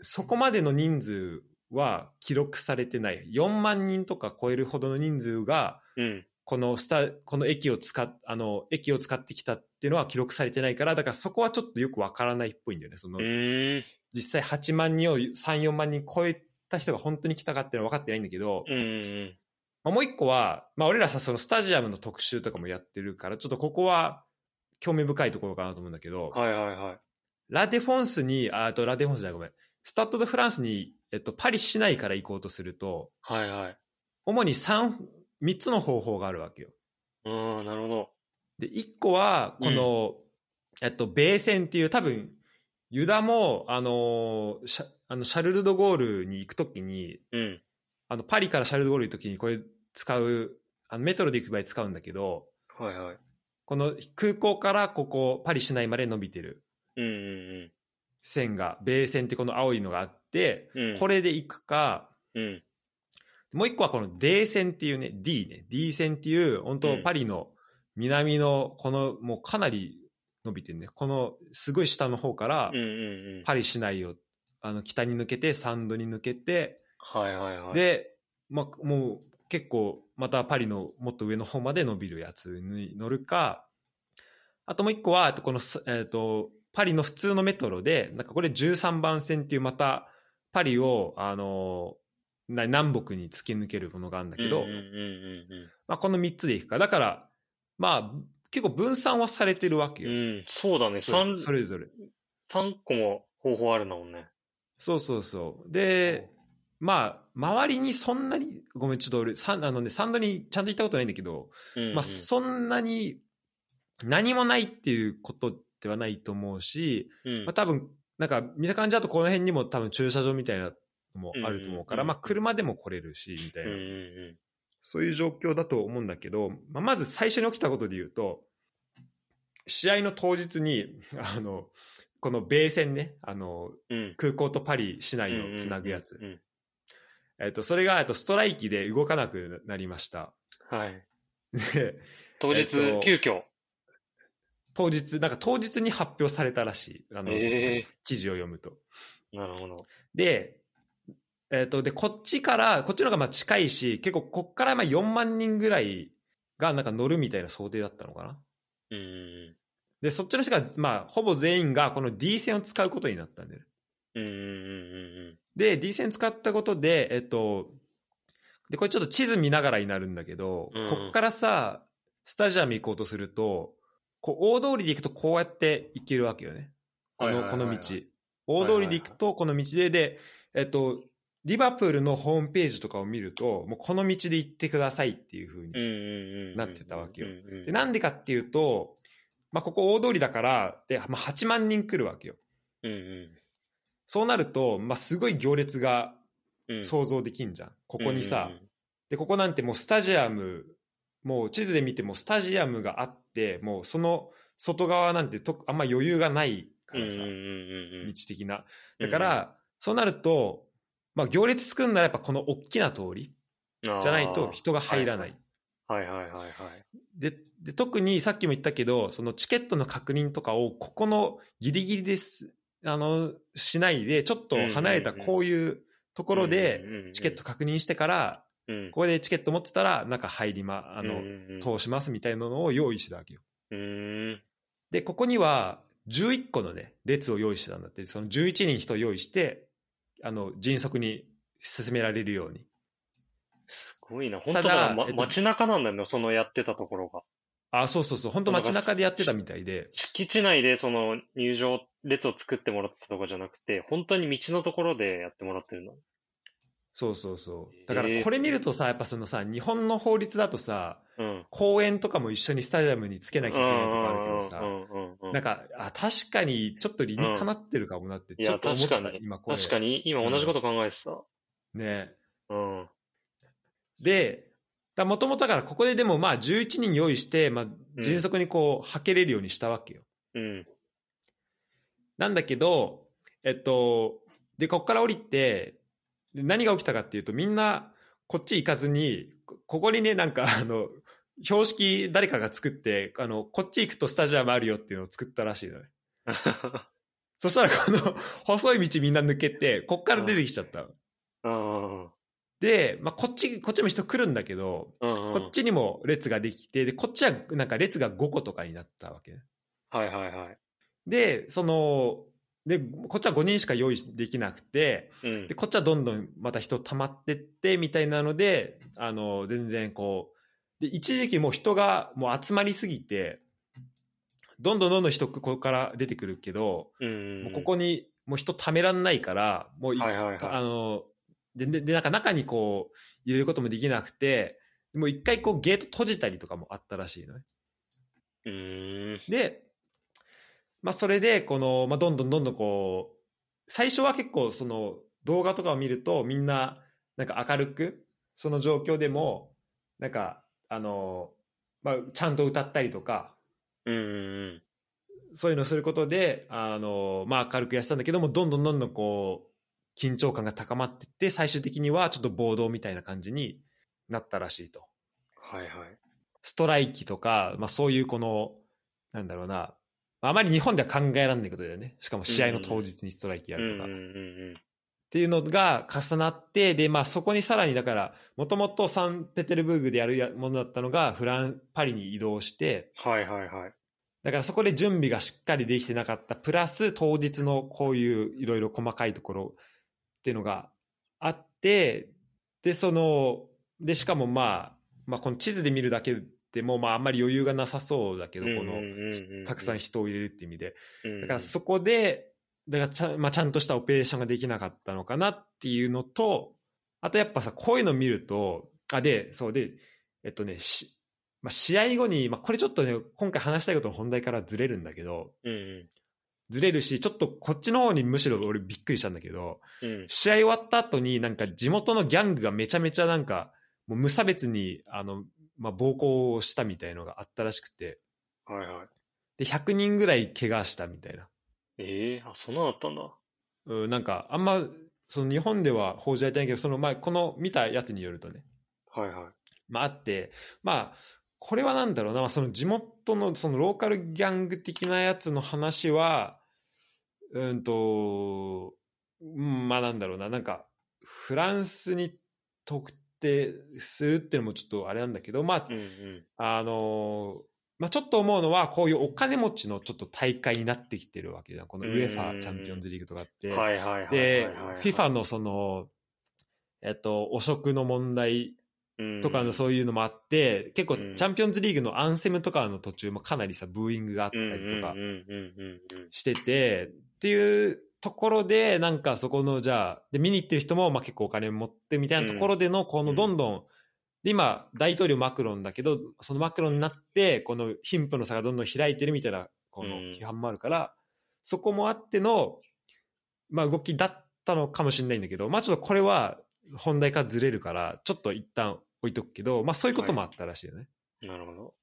そこまでの人数は記録されてない。4万人とか超えるほどの人数が、
うん。
このスタ、この駅を使っ、あの、駅を使ってきたっていうのは記録されてないから、だからそこはちょっとよくわからないっぽいんだよね。その
う、ーん。
実際8万人を3、4万人超えた人が本当に来たかっていうのは分かってないんだけど、
うんうん
まあ、もう一個は、まあ、俺らさ、そのスタジアムの特集とかもやってるから、ちょっとここは興味深いところかなと思うんだけど、
うん。はいはいはい。
ラデフォンスに、あ、あとラデフォンスじゃないごめん、スタッド・ド・フランスに、えっと、パリ市内から行こうとすると、
はいはい。
主に3、三つの方法があるわけよ。
うーん、なるほど。
で、一個は、この、えっと、米線っていう、多分、ユダも、あの、シャあのシャルル・ド・ゴールに行くときに、
うん。
あの、パリからシャルル・ド・ゴール行くときにこれ使う、あのメトロで行く場合使うんだけど、
はいはい。
この空港からここパリ市内まで伸びてる
うんうん
線が、米線ってこの青いのがあって、
うん。うん。
これで行くか、
うん。
もう一個はこの D 線っていうね、D ね、D 線っていう、本
う
当
ん
パリの南のこのもうかなり伸びてるね、このすごい下の方から
うんうんうん。
パリ市内をあの北に抜けて、サンドに抜けて、
はいはいはい。、
で、まあ、もう結構またパリのもっと上の方まで伸びるやつに乗るか、あともう一個は、あとこのす、えっ、と、パリの普通のメトロで、なんかこれ13番線っていうまたパリを、あのな南北に突き抜けるものがあるんだけど、
うんうんうんうん
まあこの3つでいくか。だから、まあ、結構分散はされてるわけよ。
うん。うん、そうだね。
それ
三、
それぞれ。
三個も方法あるんだもんね。
そうそうそう。で、まあ、周りにそんなに、ごめん、ちょっと俺、サンあのね、サンドにちゃんと行ったことないんだけど、
うんうん。
まあ、そんなに何もないっていうことではないと思うし、
うん
まあ、多分、なんか見た感じだとこの辺にも多分駐車場みたいなのもあると思うから、
うん
まあ、車でも来れるし、みたい
うん
な、
うん
そういう状況だと思うんだけど、まあ、まず最初に起きたことで言うと、試合の当日に、 あの、この米線ね、あの、
うん。うん。
空港とパリ市内をつなぐやつ
う。ん。
えっと、それが、えっと、ストライキで動かなくなりました。
はい。
で
当日、
えっと
急遽。
当日、なんか当日に発表されたらしい。あの、
え
記事を読むと。
えなるほど。
で、えっ、と、で、こっちから、こっちの方がまあ近いし、結構こっからまあ4万人ぐらいがなんか乗るみたいな想定だったのかな。
うんうん
で、そっちの人が、まあ、ほぼ全員がこの D 線を使うことになったんだよね。
うん。うんうんうん
で、D 線使ったことで、えっと、で、これちょっと地図見ながらになるんだけど、
うん
こっからさ、スタジアム行こうとすると、こう大通りで行くとこうやって行けるわけよね。こ
はい
の、
はい
こ
はい
の
はい
道。大通りで行くとこの道で、で、えっと、リバプールのホームページとかを見ると、もうこの道で行ってくださいっていう風に。
うんうんうん。
なってたわけよ
うんうんうん。
で、なんでかっていうと、まあ、ここ大通りだから、で、まあ、8万人来るわけよ。
うんうん
そうなると、まあ、すごい行列が
うん。
想像できんじゃん。こ
こ
こにさ、で、ここなんてもうスタジアム、もう地図で見てもスタジアムがあって、もうその外側なんてとあんま余裕がないからさ、
うんうんうんうん
道。的な。だから、そうなると、まあ行列作るならやっぱこの大きな通り
うんうん、
じゃないと人が入らない。
あー。はいはいはいはい。
でで、特にさっきも言ったけど、そのチケットの確認とかをここのギリギリです、あの、しないで、ちょっと離れた
うんうんうん
こういうところで
うんうんうん、
チケット確認してから、
うん。
ここでチケット持ってたら、なんか入りま、あ
あ
の、
う
通しますみたいなのを用意してたわけよ。
ーん。
で、ここには11個のね、列を用意してたんだって、その11人人用意して、あの、迅速に進められるように。
すごいな。本当だから、ま
えっと
街中なんだよね、そのやってたところが。
あ、そうそうそう、本当街中でやってたみたいで、
敷地内でその入場列を作ってもらってたとかじゃなくて、本当に道のところでやってもらってるの。
そうそうそう。だ
えー
からこれ見るとさ、やっぱそのさ、日本の法律だとさ、
うん。
公園とかも一緒にスタジアムにつけなきゃいけないとかあるけど
う
さ、
んうんうんうん
なんか、あ、確かにちょっと理にかなってるかもなって、
うん
ちょっと思っ
いや
た
確か、に
今これ。
確か
に。
に、今同じこと考えてた。
ね。
うん。
で、もともとだからここででもまあ11人用意して、まあ迅速にこう、はけれるようにしたわけよ。
うん。
なんだけど、えっと、で、こっから降りて、で何が起きたかっていうと、みんな、こっち行かずに、こここにね、なんか、あの、標識誰かが作って、あの、こっち行くとスタジアムあるよっていうのを作ったらしいのね。そしたらこの細い道みんな抜けて、こっから出てきちゃった
う
の。
ん。
で、まあ、こっち、こっちも人来るんだけど、
うん。
こっちにも列ができて、で、こっちはなんか列が5個とかになったわけね。
はいはいはい。
で、その、で、こっちは5人しか用意できなくて、
うん
で、。こっちはどんどんまた人溜まってって、みたいなので、あの、全然こう、で、一時期もう人がもう集まりすぎて、どんどんどんどん人ここから出てくるけど、
うん。
もうここにもう人溜めらんないから、もうい
はいはいはい
あの、で、で、でなんか中にこう、入れることもできなくて、もう一回こうゲート閉じたりとかもあったらしいのね。
うーん。
で、まあそれで、この、まあどんどんどんどんこう、最初は結構その動画とかを見るとみんな、なんか明るく、その状況でも、なんか、あの、まあちゃんと歌ったりとか、
うんうん
そういうのをすることで、あの、まあ、軽くやってたんだけども、どんどんどんどんこう、緊張感が高まってって、最終的にはちょっと暴動みたいな感じになったらしいと。
はいはい。
ストライキとか、まあ、そういうこの、なんだろうな、あまり日本では考えられないことだよね。しかも試合の当日にストライキや
うん
るとか。
うん
っ
うん
ていうのが重なって、で、まあ、そこにさらにだから、もともとサンペテルブルクでやるやものだったのが、フラン、パリに移動して、
はいはいはい。
だからそこで準備がしっかりできてなかった。プラス当日のこういういろいろ細かいところっていうのがあって、で、その、で、しかもまあ、まあこの地図で見るだけでもまああんまり余裕がなさそうだけど、この、
の
たくさん
だ
人を入れるっていう意味で。だ
か
からそこで、だからちゃ,、まあ、ちゃんとしたオペレーションができなかったのかなっていうのと、あとやっぱさ、こういうの見ると、あ、で、そうで、えっとね、しまあ、試合後に、まあ、これちょっとね、今回話したいことの本題からずれるんだけど、
うんうん
ずれるし、ちょっとこっちの方にむしろ俺びっくりしたんだけど、
うん
試合終わった後になんか地元のギャングがめちゃめちゃなんか、もう無差別に、あの、まあ、暴行をしたみたいのがあったらしくて、
はいはい。
で、100人ぐらい怪我したみたいな。
ええあ、そんなのあったんだ。
うん、なんか、あんま、その日本では報じられてないけど、その、まあ、この見たやつによるとね、
はいは
まあ、あって、まあ、これはなんだろうな、まあ、その地元の、そのローカルギャング的なやつの話は、うんと、うんまあなんだろうな、なんか、フランスに特定するっていうのもちょっとあれなんだけど、まあ、
うんうん。
あのーまあ、ちょっと思うのは、こういうお金持ちのちょっと大会になってきてるわけじゃん。この
うん
UEFA チャンピオンズリーグとかって。
はいはいはいはい。
で
はい、
FIFA のその、えっと、汚職の問題
の
とかのそういうのもあって、結構チ
うん
ャンピオンズリーグのアンセムとかの途中もかなりさ、ブーイングがあったりとか
うんうんうんうん
してて、っていうところで、なんかそこの、じゃあ、で、見に行ってる人も、まあ結構お金持ってみたいなところでの、こ
う
の
ん
どんどん、で、今、大統領マクロンだけど、そのマクロンになって、この貧富の差がどんどん開いてるみたいな、この
うん
批判もあるから、そこもあっての、まあ動きだったのかもしれないんだけど、まあちょっとこれは本題からずれるから、ちょっと一旦置いとくけど、まあそういうこともあったらしいよね。
うん。なるほど。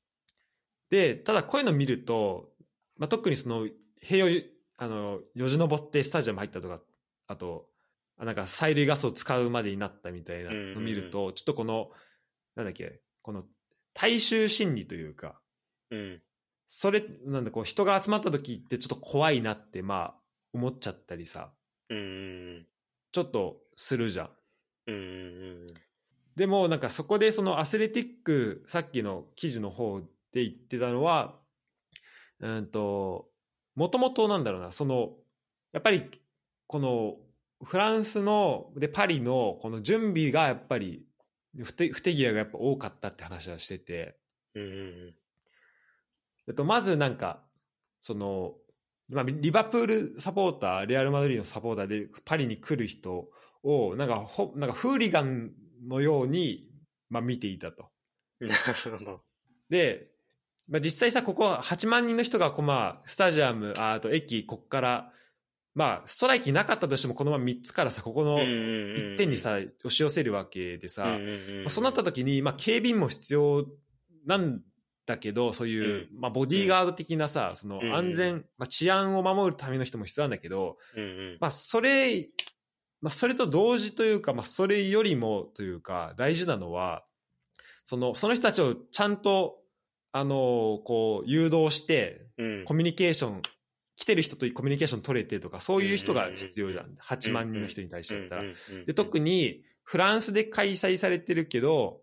で、ただこういうの見ると、まあ、特にその、塀を、あの、よじ登ってスタジアム入ったとか、あと、あなんか催涙ガスを使うまでになったみたいなのを見ると、ちょっとこの、なんだっけ、この、大衆心理というか、
うん。
それ、なんだ、こう、人が集まった時ってちょっと怖いなって、まあ、思っちゃったりさ、
うんうん
ちょっとするじゃん。
うん。うんうんうん。
でもなんかそこでそのアスレティックさっきの記事の方で言ってたのはうんともともとなんだろうなそのやっぱりこのフランスのでパリのこの準備がやっぱり不手不手際がやっぱ多かったって話はしてて
うんうん
えっとまずなんかそのまあリバプールサポーターレアル・マドリードのサポーターでパリに来る人をなんかほなんかフーリガンのように、まあ、見ていたと。
うん。なるほど。
で、まあ、実際さ、ここは8万人の人が、こう、まあ、スタジアム、ああと駅、こっから、まあ、ストライキなかったとしても、このまま3つからさ、ここの1
1
点に、さ、押し寄せるわけでさ、
うん
ま
うんうん
あそうなった時に、まあ、警備員も必要なんだけど、そういう、まあ、ボディーガード的なさ、その
うん
安全、まあ、治安を守るための人も必要なんだけど、
うんうん
まあ、それ、まあ、それと同時というか、まあ、それよりもというか、大事なのは、その、その人たちをちゃんと、あの、こう、誘導して、
うん
コミュニケーション、来てる人とコミュニケーション取れてとか、そういう人が必要じゃん。8万人の人に対してだったら。で、特
に、
に、フランスで開催されてるけど、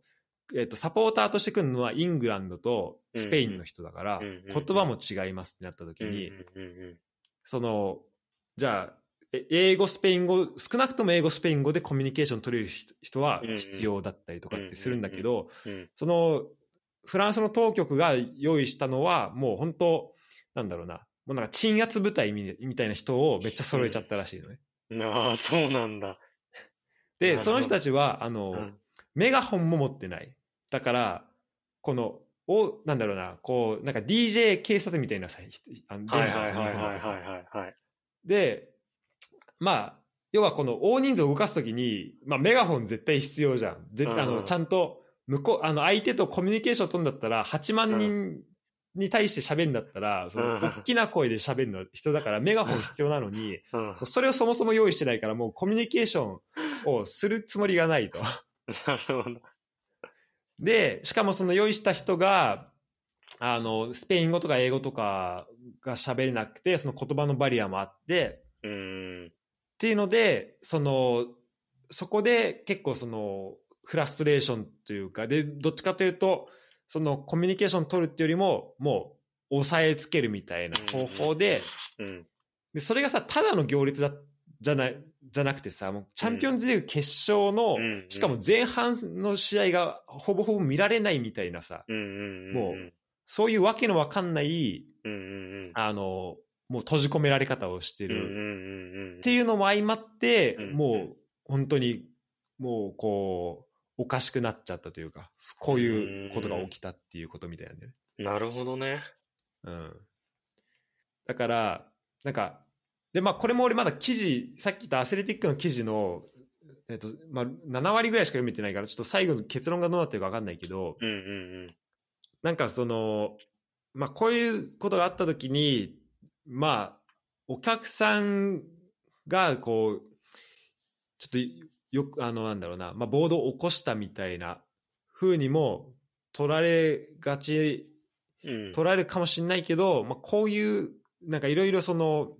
えっと、サポーターとして来るのはイングランドとスペインの人だから、
うんうんうん
言葉も違いますってなった時
うんうん
に、
うん
その、じゃあ、え英語、スペイン語、少なくとも英語、スペイン語でコミュニケーション取れる人人は
うんうん
必要だったりとかってするんだけど、
うん
その、フランスの当局が用意したのは、もう本当、なんだろうな、もうなんか鎮圧部隊みみたいな人をめっちゃ揃えちゃったらしいのね。
うんああ、そうなんだ。
で、
なるほ
そ
ど
の人たちは、あの、
うん
メガホンも持ってない。だから、この、お、なんだろうな、こう、なんか DJ 警察みたいなさ、ひあの
はい
ベンチの
はい
さ
はい
日本
はい
だと
は
さ
いはいはい。
で、まあ、要はこの大人数を動かすときに、まあメガホン絶対必要じゃん。絶対、あ
うんう
の、
ん
ちゃんと、向こう、あの、相手とコミュニケーションを取るんだったら、8万人に対して喋るんだったら、その、
うん
大きな声で喋るのは必要だから、メガホン必要なのに、
うん
それをそもそも用意してないから、もうコミュニケーションをするつもりがないと。
なるほど。
で、しかもその用意した人が、あの、スペイン語とか英語とかが喋れなくて、その言葉のバリアもあって、
うん。
っていうので、その、そこで結構その、フラストレーションというか、で、どっちかというと、そのコミュニケーション取るっていうよりも、もう、押さえつけるみたいな方法で、
うん。
で、それがさ、ただの行列だ、じゃない、じゃなくてさ、もう、チャンピオンズリーグ決勝の、
うん
しかも、前半の試合がほぼほぼ見られないみたいなさ、
うんうんうん。
もうそういうわけのわかんない、
うんうんうん。
あの、もう閉じ込められ方をして
うんう
る
んうんうん。
っていうのも相まって、
うん
もう本当にもうこうおかしくなっちゃったというかこういうことが起きたっていうことみたいなんだよね。
なるほどね。
うん、だからなんかでまあこれも俺まだ記事さっき言ったアスレティックの記事の、えっとまあ、7割ぐらいしか読めてないからちょっと最後の結論がどうなってるか分かんないけど
うんうん
なんかそのまあこういうことがあった時にまあお客さんがこうちょっとよくあのなんだろうな、まあ、暴動を起こしたみたいな風にも取られがち、
うん。
取られるかもしれないけど、まあ、こういう、なんかいろいろその、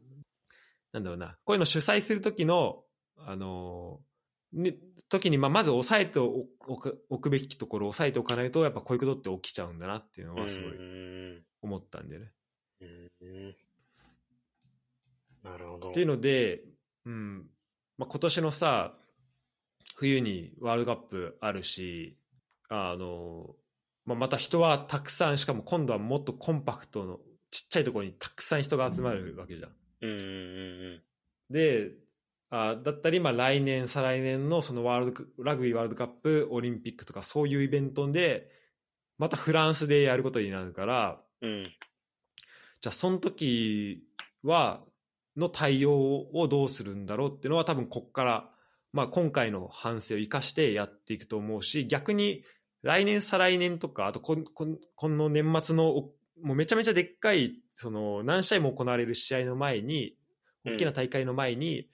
なんだろうな、こういうの主催する時の、あのー、ね、時に、まあ、まず押さえておおくおくべきところを押さえておかないと、やっぱこういうことって起きちゃうんだなっていうのはすごい
うん
思ったんでね。
うんなるほど。
っていうので、うんまあ、今年のさ冬にワールドカップあるしあの、まあ、また人はたくさんしかも今度はもっとコンパクトのちっちゃいところにたくさん人が集まるわけじゃん。
うんうん
であだったりまあ来年再来年のそのワールドラグビーワールドカップオリンピックとかそういうイベントでまたフランスでやることになるから
うんうん。
じゃあその時はの対応をどうするんだろうっていうのは多分こっから、まあ、今回の反省を生かしてやっていくと思うし逆に来年再来年とかあとこんこんこの年末のおもうめちゃめちゃでっかいその何試合も行われる試合の前に
うん
大きな大会の前に、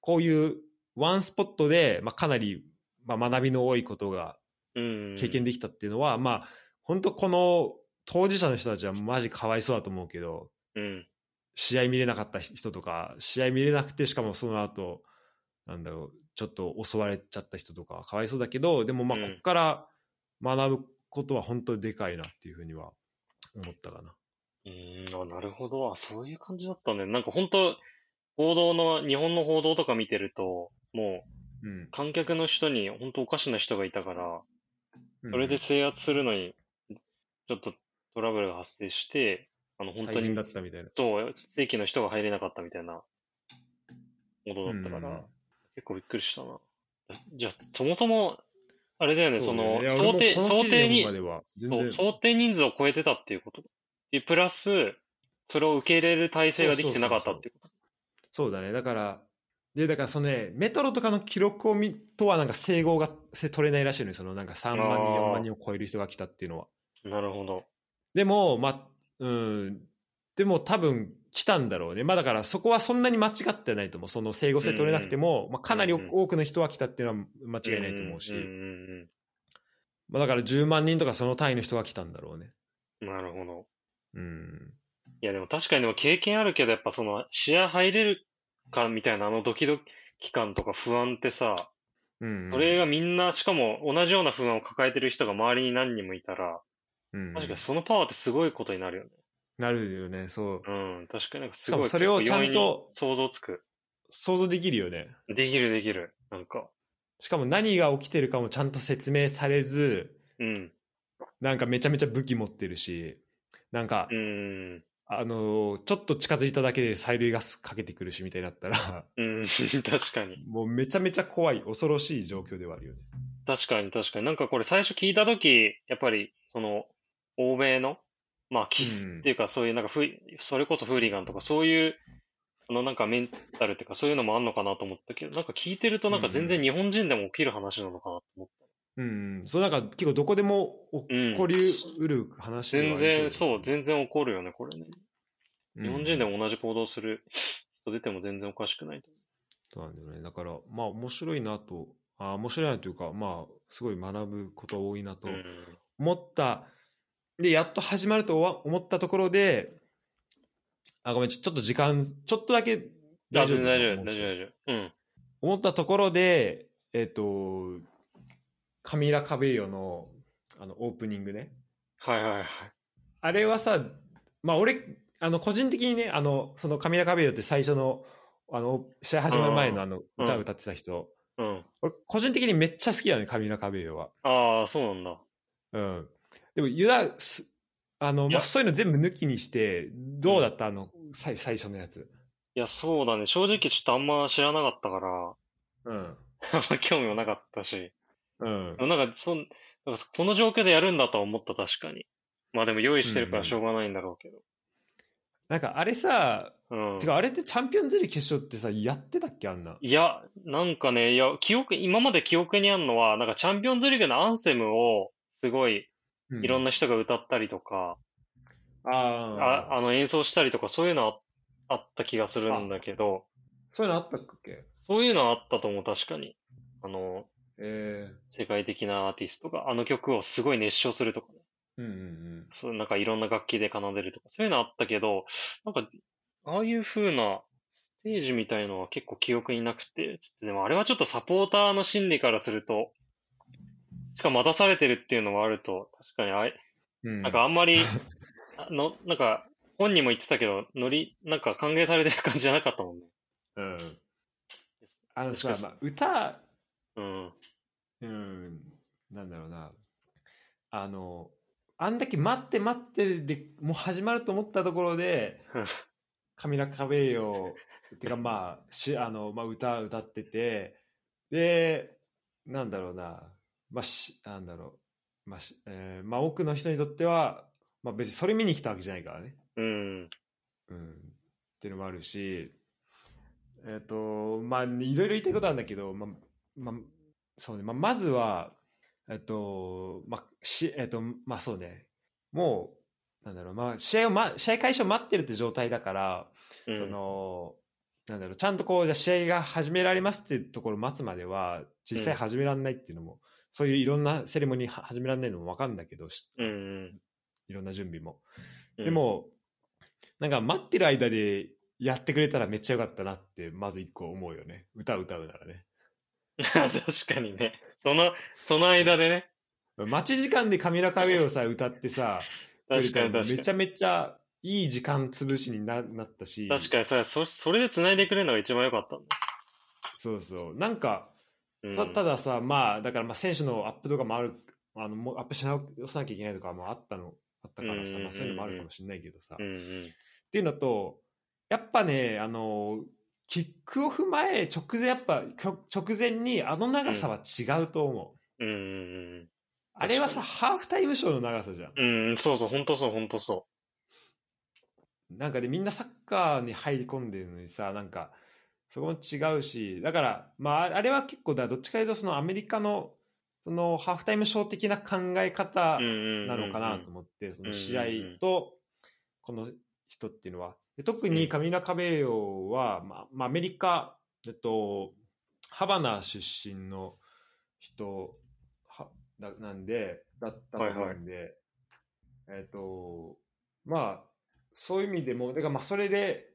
こういうワンスポットで、まあ、かなり、まあ、学びの多いことが
うんうん。
経験できたっていうのは、まあ本当この当事者の人たちはマジかわいそうだと思うけど
うん。
試合見れなかった人とか試合見れなくてしかもその後なんだろうちょっと襲われちゃった人とかはかわいそうだけどでもまあ
うん
こっから学ぶことは本当にでかいなっていうふうには思ったかな。
うん、あ、なるほど。あ、そういう感じだったね。なんか本当、報道の、日本の報道とか見てると、もう
うん、
観客の人に本当おかしな人がいたから、
うん
それで制圧するのに、ちょっとトラブルが発生して、あの、本当
大変
に
だ、ったみたいな。
そう、正規の人が入れなかったみたいな、ことだったか
うん
ら、結構びっくりしたな。じゃあ、そもそも、あれだよね、その、
うだねいや
想定、
俺もこの
想
記事
定に
読、むまでは全
そう
然
想定人数を超えてたっていうこと。で、プラス、それを受け入れる体制ができてなかったっていうこ
そうだね。だから、で、だからそのね、メトロとかの記録を見、とはなんか整合がせ取れないらしいのよ。そのなんか3万人、
あー
4万人を超える人が来たっていうのは。
と。なるほど。
でも、ま、うん、でも多分来たんだろうね。まあだからそこはそんなに間違ってないと思う。その整合性取れなくても、まあかなり
うんうん
多くの人は来たっていうのは間違いないと思うし。
んん
まあだから10万人とかその単位の人が来たんだろうね。
うんなるほど。
うん。
いや、でも確かにでも経験あるけど、やっぱその、試合入れるかみたいなあのドキドキ感とか不安ってさ、
うん、
それがみんな、しかも同じような不安を抱えてる人が周りに何人もいたら、
うん、
確かにそのパワーってすごいことになるよね。
なるよね。そう。
うん、確かになんかす
しか
ご
も
い
それを
結構容易
ちゃんと
に想像つく。
想像できるよね。
できるできる。なんか、
しかも何が起きてるかもちゃんと説明されず、
うん、
なんかめちゃめちゃ武器持ってるし、なんか、
うん、
あのーちょっと近づいただけで催涙ガスかけてくるしみたいになったら、
うん、 確かに。
もうめちゃめちゃ怖い、恐ろしい状況ではあるよね。
確かに確かに。なんかこれ最初聞いたとき、やっぱり、その、欧米の、まあ、キス
うん
っていうか、そういう、なんかフリ、それこそフーリガンとか、そういう、あの、なんかメンタルっていうか、そういうのもあんのかなと思ったけど、なんか聞いてると、なんか全然日本人でも起きる話なのかなと思って。
うん、そうなんか結構どこでも起こりうる話では
全
あり
然、
だ
そ
よ
う、
ね
全然起こるよね、これね。
うん
日本人でも同じ行動する人出ても全然おかしくないと。
そうなんだよね。だから、まあ面白いなと、あ面白いなというか、まあ、すごい学ぶこと多いなと
うん
思った、で、やっと始まるとわ思ったところで、あ、ごめん、ちょちょっと時間、ちょっとだけ
大
大
丈
丈
夫、
夫
大丈夫、
もう
大丈夫、
ちょっと
大丈夫。うん。
思ったところで、えっ、と、カミラ・カベイヨの、あの、オープニングね。
はいはいはい。
あれはさ、まあ、俺、あの、個人的にね、あの、そのカミラ・カベイヨって最初の、あの、試合始まる前のあの、
うん
歌を歌ってた人、
うん。
俺、個人的にめっちゃ好きだね、カミラ・カベイヨは。
ああ、そうなんだ。
うん。でも、ユダ、すあの、
い
ま
や
あ、そういうの全部抜きにして、どうだった、あの、最、最初のやつ。
いや、そうだね。正直ちょっとあんま知らなかったから、
うん。
あんま興味もなかったし。
うん
で。もなんか、そん、なんかこの状況でやるんだとは思った、確かに。まあでも用意してるか
うんう
ら
ん
しょうがないんだろうけど。
なんか、あれさ、
うん。
てか、あれってチャンピオンズリーグ決勝ってさ、やってたっけ、あんな。
いや、なんかね、いや、記憶、今まで記憶にあるのは、なんかチャンピオンズリーグのアンセムを、すごい、いろん
な。
な人が歌ったりとか、
あ
あ、
あ
あの演奏したりとか、そういうのああった気がするんだけど、
そういうのあったっけ
そういうのあったと思う、確かに。あの、
え
世界的なアーティストがあの曲をすごい熱唱するとか、
ー、うんうん
そう、なんかいろんな楽器で奏でるとか、そういうのあったけど、なんか、ああいう風なステージみたいのは結構記憶になくて、ちょっとでもあれはちょっとサポーターの心理からすると、しかも待たされてるっていうのもあると、確かにあい、
うん。うん
なんかあんま り、あの、なんか、本人も言ってたけど、ノリ、なんか歓迎されてる感じじゃなかったもんね。
うん、あのさ
もしかし、
まあ、歌、
うん。
うん、なんだろうな。あの、あんだけ待って待ってで、もう始まると思ったところで
うん、
カミラ・カベーヨてかまあ、し あの、まあ歌歌ってて、で、なんだろうな。まあ、し、なんだろう。まあ、しえーまあ多くの人にとっては、まあ別にそれ見に来たわけじゃないからね。
うん。
うん、っていうのもあるし、えっ、と、まあ、いろいろ言いたいことあるんだけど、まあ、まあ、そうね、まあ、まずは、えっ、と、まあ、し、えっ、と、まあそうね、もう、なんだろう、まあ、試合を、ま、試合開始を待ってるって状態だから、
うん
その、なんだろう、ちゃんとこう、じゃあ試合が始められますっていうところを待つまでは、実際始められないっていうのも、そういういろんなセレモニーは始められないのもわかるんだけど、し
うんうん。
いろんな準備も。
うん
で、も、なんか待ってる間でやってくれたらめっちゃ良かったなって、まず一個思うよね。歌歌うならね。
確かにね。その、その間でね。
待ち時間でカミラカベをさ、歌ってさ、
確かに確
くれた
からに。
めちゃめちゃいい時間潰しにななったし、
確かにさ、そ、それで繋いでくれるのが一番良かったんだ。
そうそう。なんか、
うん
たたださ、まあ、だからまあ選手のアップとかもある、あの、もうアップし直さなきゃいけないとかもあったの、あったから
うんうん
さ、
うんうん
まあそういうのもあるかもしれないけどさ、
うんうん。
っていうのと、やっぱね、あの、キックオフ前、直前、やっぱ、きょ直前にあの長さは違うと思う。
うんうん
あれはさ、
確
ハーフタイムショーの長さじゃん。
うん。うん、そうそう、ほんとそう、ほんとそ
なんかで、みんなサッカーに入り込んでるのにさ、なんか、そこも違うし、だから、まあ、あれは結構だ、どっちかというと、そのアメリカの、その、ハーフタイムショー的な考え方
う。うんうんうんうん。
なのかなと思って、その試合
うんうんうん
と、この人っていうのは。で特にカミラ・カベーヨは、まあ、まあ、アメリカ、えっと、ハバナ出身の人はだなんで、だったと思うんで、えっと、まあ、そういう意味でも、だからまあ、それで、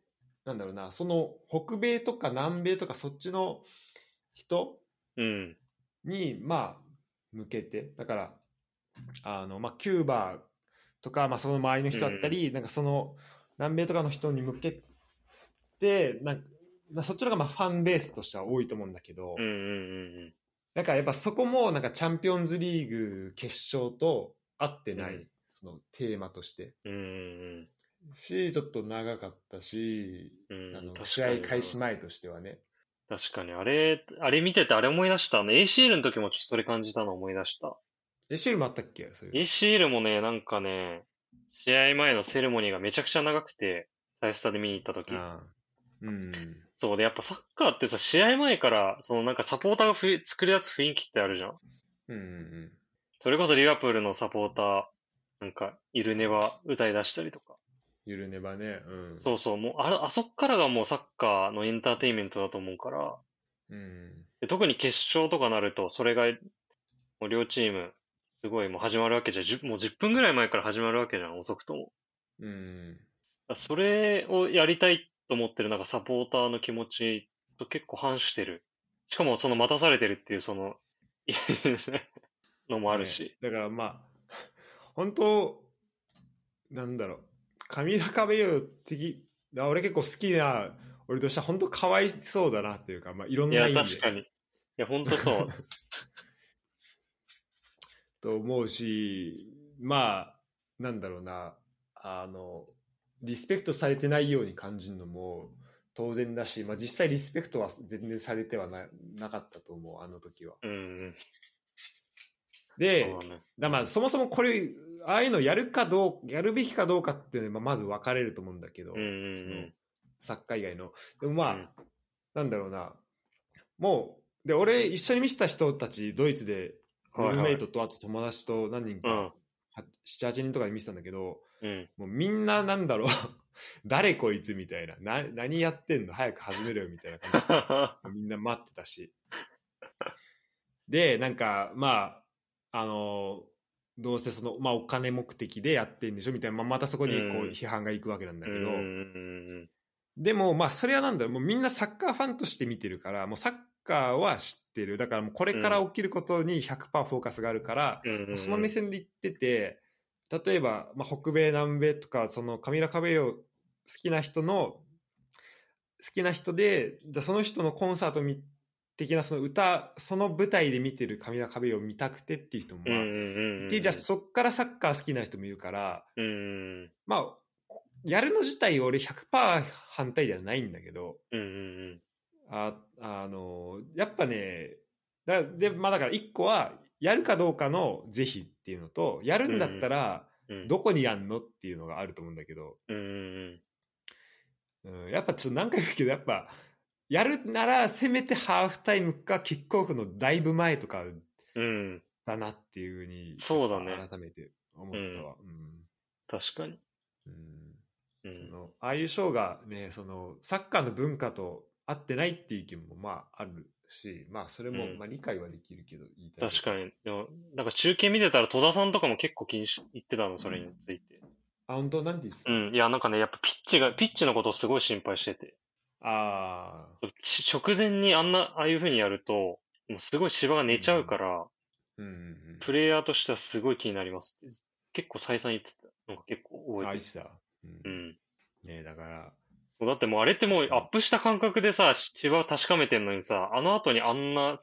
なんだろうな、その、北米とか南米とかそっちの人
うん。
に、まあ、向けて、だから、あの、まあ、キューバとか、まあ、その周りの人だったり、なんかその、南米とかの人に向けて、なんかまあそっちの方がまあファンベースとしては多いと思うんだけど、
うんうん
なんかやっぱそこもなんかチャンピオンズリーグ決勝と合ってない、
うん
そのテーマとして。
うんうん。うん
し、ちょっと長かったし、
うんうん。
あ
確か
の
に
試合開始前としてはね。
確かに、あれ、あれ見てて、あれ思い出した。あの、ACL の時もちょっとそれ感じたの思い出した。
え、シールもあったっけそういう。
ACL もね、なんかね、試合前のセレモニーがめちゃくちゃ長くて、大スタで見に行った時。
ああうん。
そうで、やっぱサッカーってさ、試合前から、そのなんかサポーターがふい作り出す雰囲気ってあるじゃん。
うんうんうん。
それこそリバプールのサポーター、なんか、イルネは歌い出したりとか。
ゆるねばね。うん。
そうそう、もうあら、あそっからがもうサッカーのエンターテインメントだと思うから、
うん。
で特に決勝とかなると、それが、もう両チーム、すごいもう始まるわけじゃん、じゅもう10分ぐらい前から始まるわけじゃん、遅くとも。
うん。
だそれをやりたいと思ってる、なんかサポーターの気持ちと結構反してる。しかも、その待たされてるっていう、その、 いのもあるし。
ねだからまあ、 本当なんだろう、カミラ・カベヨ的、あ俺結構好きな、俺としては本当かわいそうだなっていうか、まあいろん
い
な
や、
意味
確か
で
に。いや、ほんと そう。
と思うし、まあ、なんだろうな、あの、リスペクトされてないように感じるのも当然だし、まあ実際リスペクトは全然されてはななかったと思う、あの時は。
うんうん。
で、
そうだね。
だまあそもそもこれああいうのやるかどうやるべきかどうかっていうのはまあまず分かれると思うんだけど、
うんうん
そ
うん
の。サッカー以外のでもまあ、
うん
なんだろうなもうで俺一緒に見てた人たちドイツで
はいは
ル
い
ームメイトとあと友達と何人
う
か、は78人とかで見てたんだけど
ん。うん。
もうみんななんだろう 誰こいつみたいなな何やってんの早く始めろよみたいな感じみんな待ってたし。で、なんか、まあ、あの、どうせその、まあ、お金目的でやってんでしょみたいな、まあまたそこにこう
うん
批判がいくわけなんだ
う
け
ん
ど、
うん
でも、まあ、それはなんだろう、もうみんなサッカーファンとして見てるから、もうサッカーは知ってる。だからもうこれから起きることに100%フォーカスがあるから、
うんうん。
その目線で言ってて、例えば、まあ、北米、南米とか、そのカミラ・カベヨ好きな人の、好きな人で、じゃあその人のコンサートみ的なその歌、その舞台で見てるカミラ・カベヨを見たくてっていう人も、
うん
まあ
うんうんうん。
で、じゃあそっからサッカー好きな人もいるから、
うんうん
まあ、やるの自体俺100%反対ではないんだけど、
うんうん
あ、あの、やっぱね、だ、で、まあだから一個は、やるかどうかの是非っていうのと、やるんだったら、
うん。
どこにやんのっていうのがあると思うんだけど、
うんうん
うん、やっぱちょっと何回も言うけど、やっぱ、やるなら、せめてハーフタイムかキックオフのだいぶ前と
う
か
ん。うん。
だなっていうふうに、
そうだね
改めて思ったわ。うん。
確かに。
うん
う
そ
ん。
のああいうショーがねそのサッカーの文化と合ってないっていう意見もまああるしまあそれも
うん
まあ理解はできるけど言いたい
確かに。でも、なんか中継見てたら戸田さんとかも結構気にし、言ってたの、それについて。
あ本当なんて言ってた、
うん。いや、なんかね、やっぱピッチが、ピッチのことをすごい心配してて。
ああ
ち直前にあんな、ああいう風にやると、もうすごい芝が寝ちゃうから、
うんうん
プレイヤーとしてはすごい気になりますって。結構再三言ってたのが結構
うんあ
覚え
いい
て
さ、うん
る。うん。
ねだから
そうだってもうあれってもう
確か
ア
に
ップした感覚でさ、芝を確かめてんのにさ、あの後にあんな、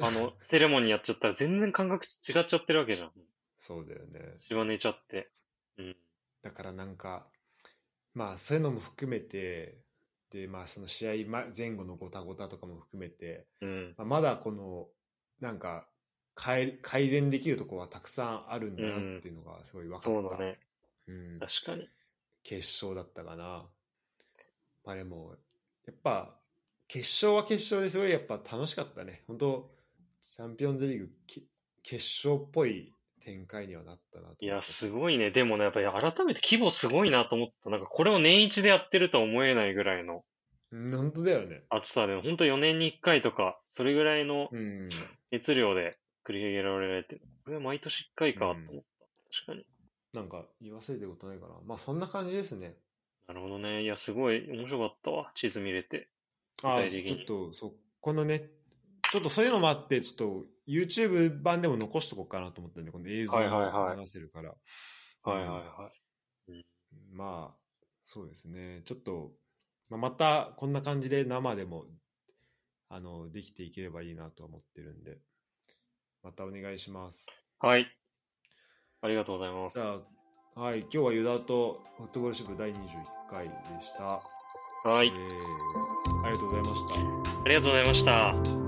あ の、セレモニーやっちゃったら全然感覚違っちゃってるわけじゃん。
そうだよね
芝寝ちゃって。うん。
だからなんかまあそういうのも含めてでまあその試合前前後のごたごたとかも含めて、
うん。
まあ、まだこのなんか改改善できるところはたくさんあるんだなっていうのがすごい分かった、
そうだね。
うん、
確かに。
決勝だったかな。まあでも、やっぱ、決勝は決勝ですごいやっぱ楽しかったね。本当チャンピオンズリーグき決勝っぽい展開にはなったなと。
いや、すごいね。でもね、やっぱり改めて規模すごいなと思った。なんかこれを年一でやってるとは思えないぐらいの
うん本当だよね。
暑さで、ほんと4年に1回とか、それぐらいの
うん。
熱量で繰り広げられてる。これは毎年1回かと
うん
思った。確かに。
なんか言わせてることないかな。まあそんな感じですね。
なるほどね。いや、すごい面白かったわ。地図見れて。
あ
具体
ち
的
ょ
に
っと、そこのね、ちょっとそういうのもあって、ちょっと YouTube 版でも残しとこうかなと思ったんで、この映像
はいはい
も
はい
流せるから。
はいはいはい。
まあ、そうですね。ちょっと、まあ、またこんな感じで生でも、あの、できていければいいなとは思ってるんで、またお願いします。
はい。ありがとうございま
じ
す。
ゃあ、はい、今日はユダとフットボールシップ第21回でした。
は
はいえ。ーありがとうございました。
ありがとうございました。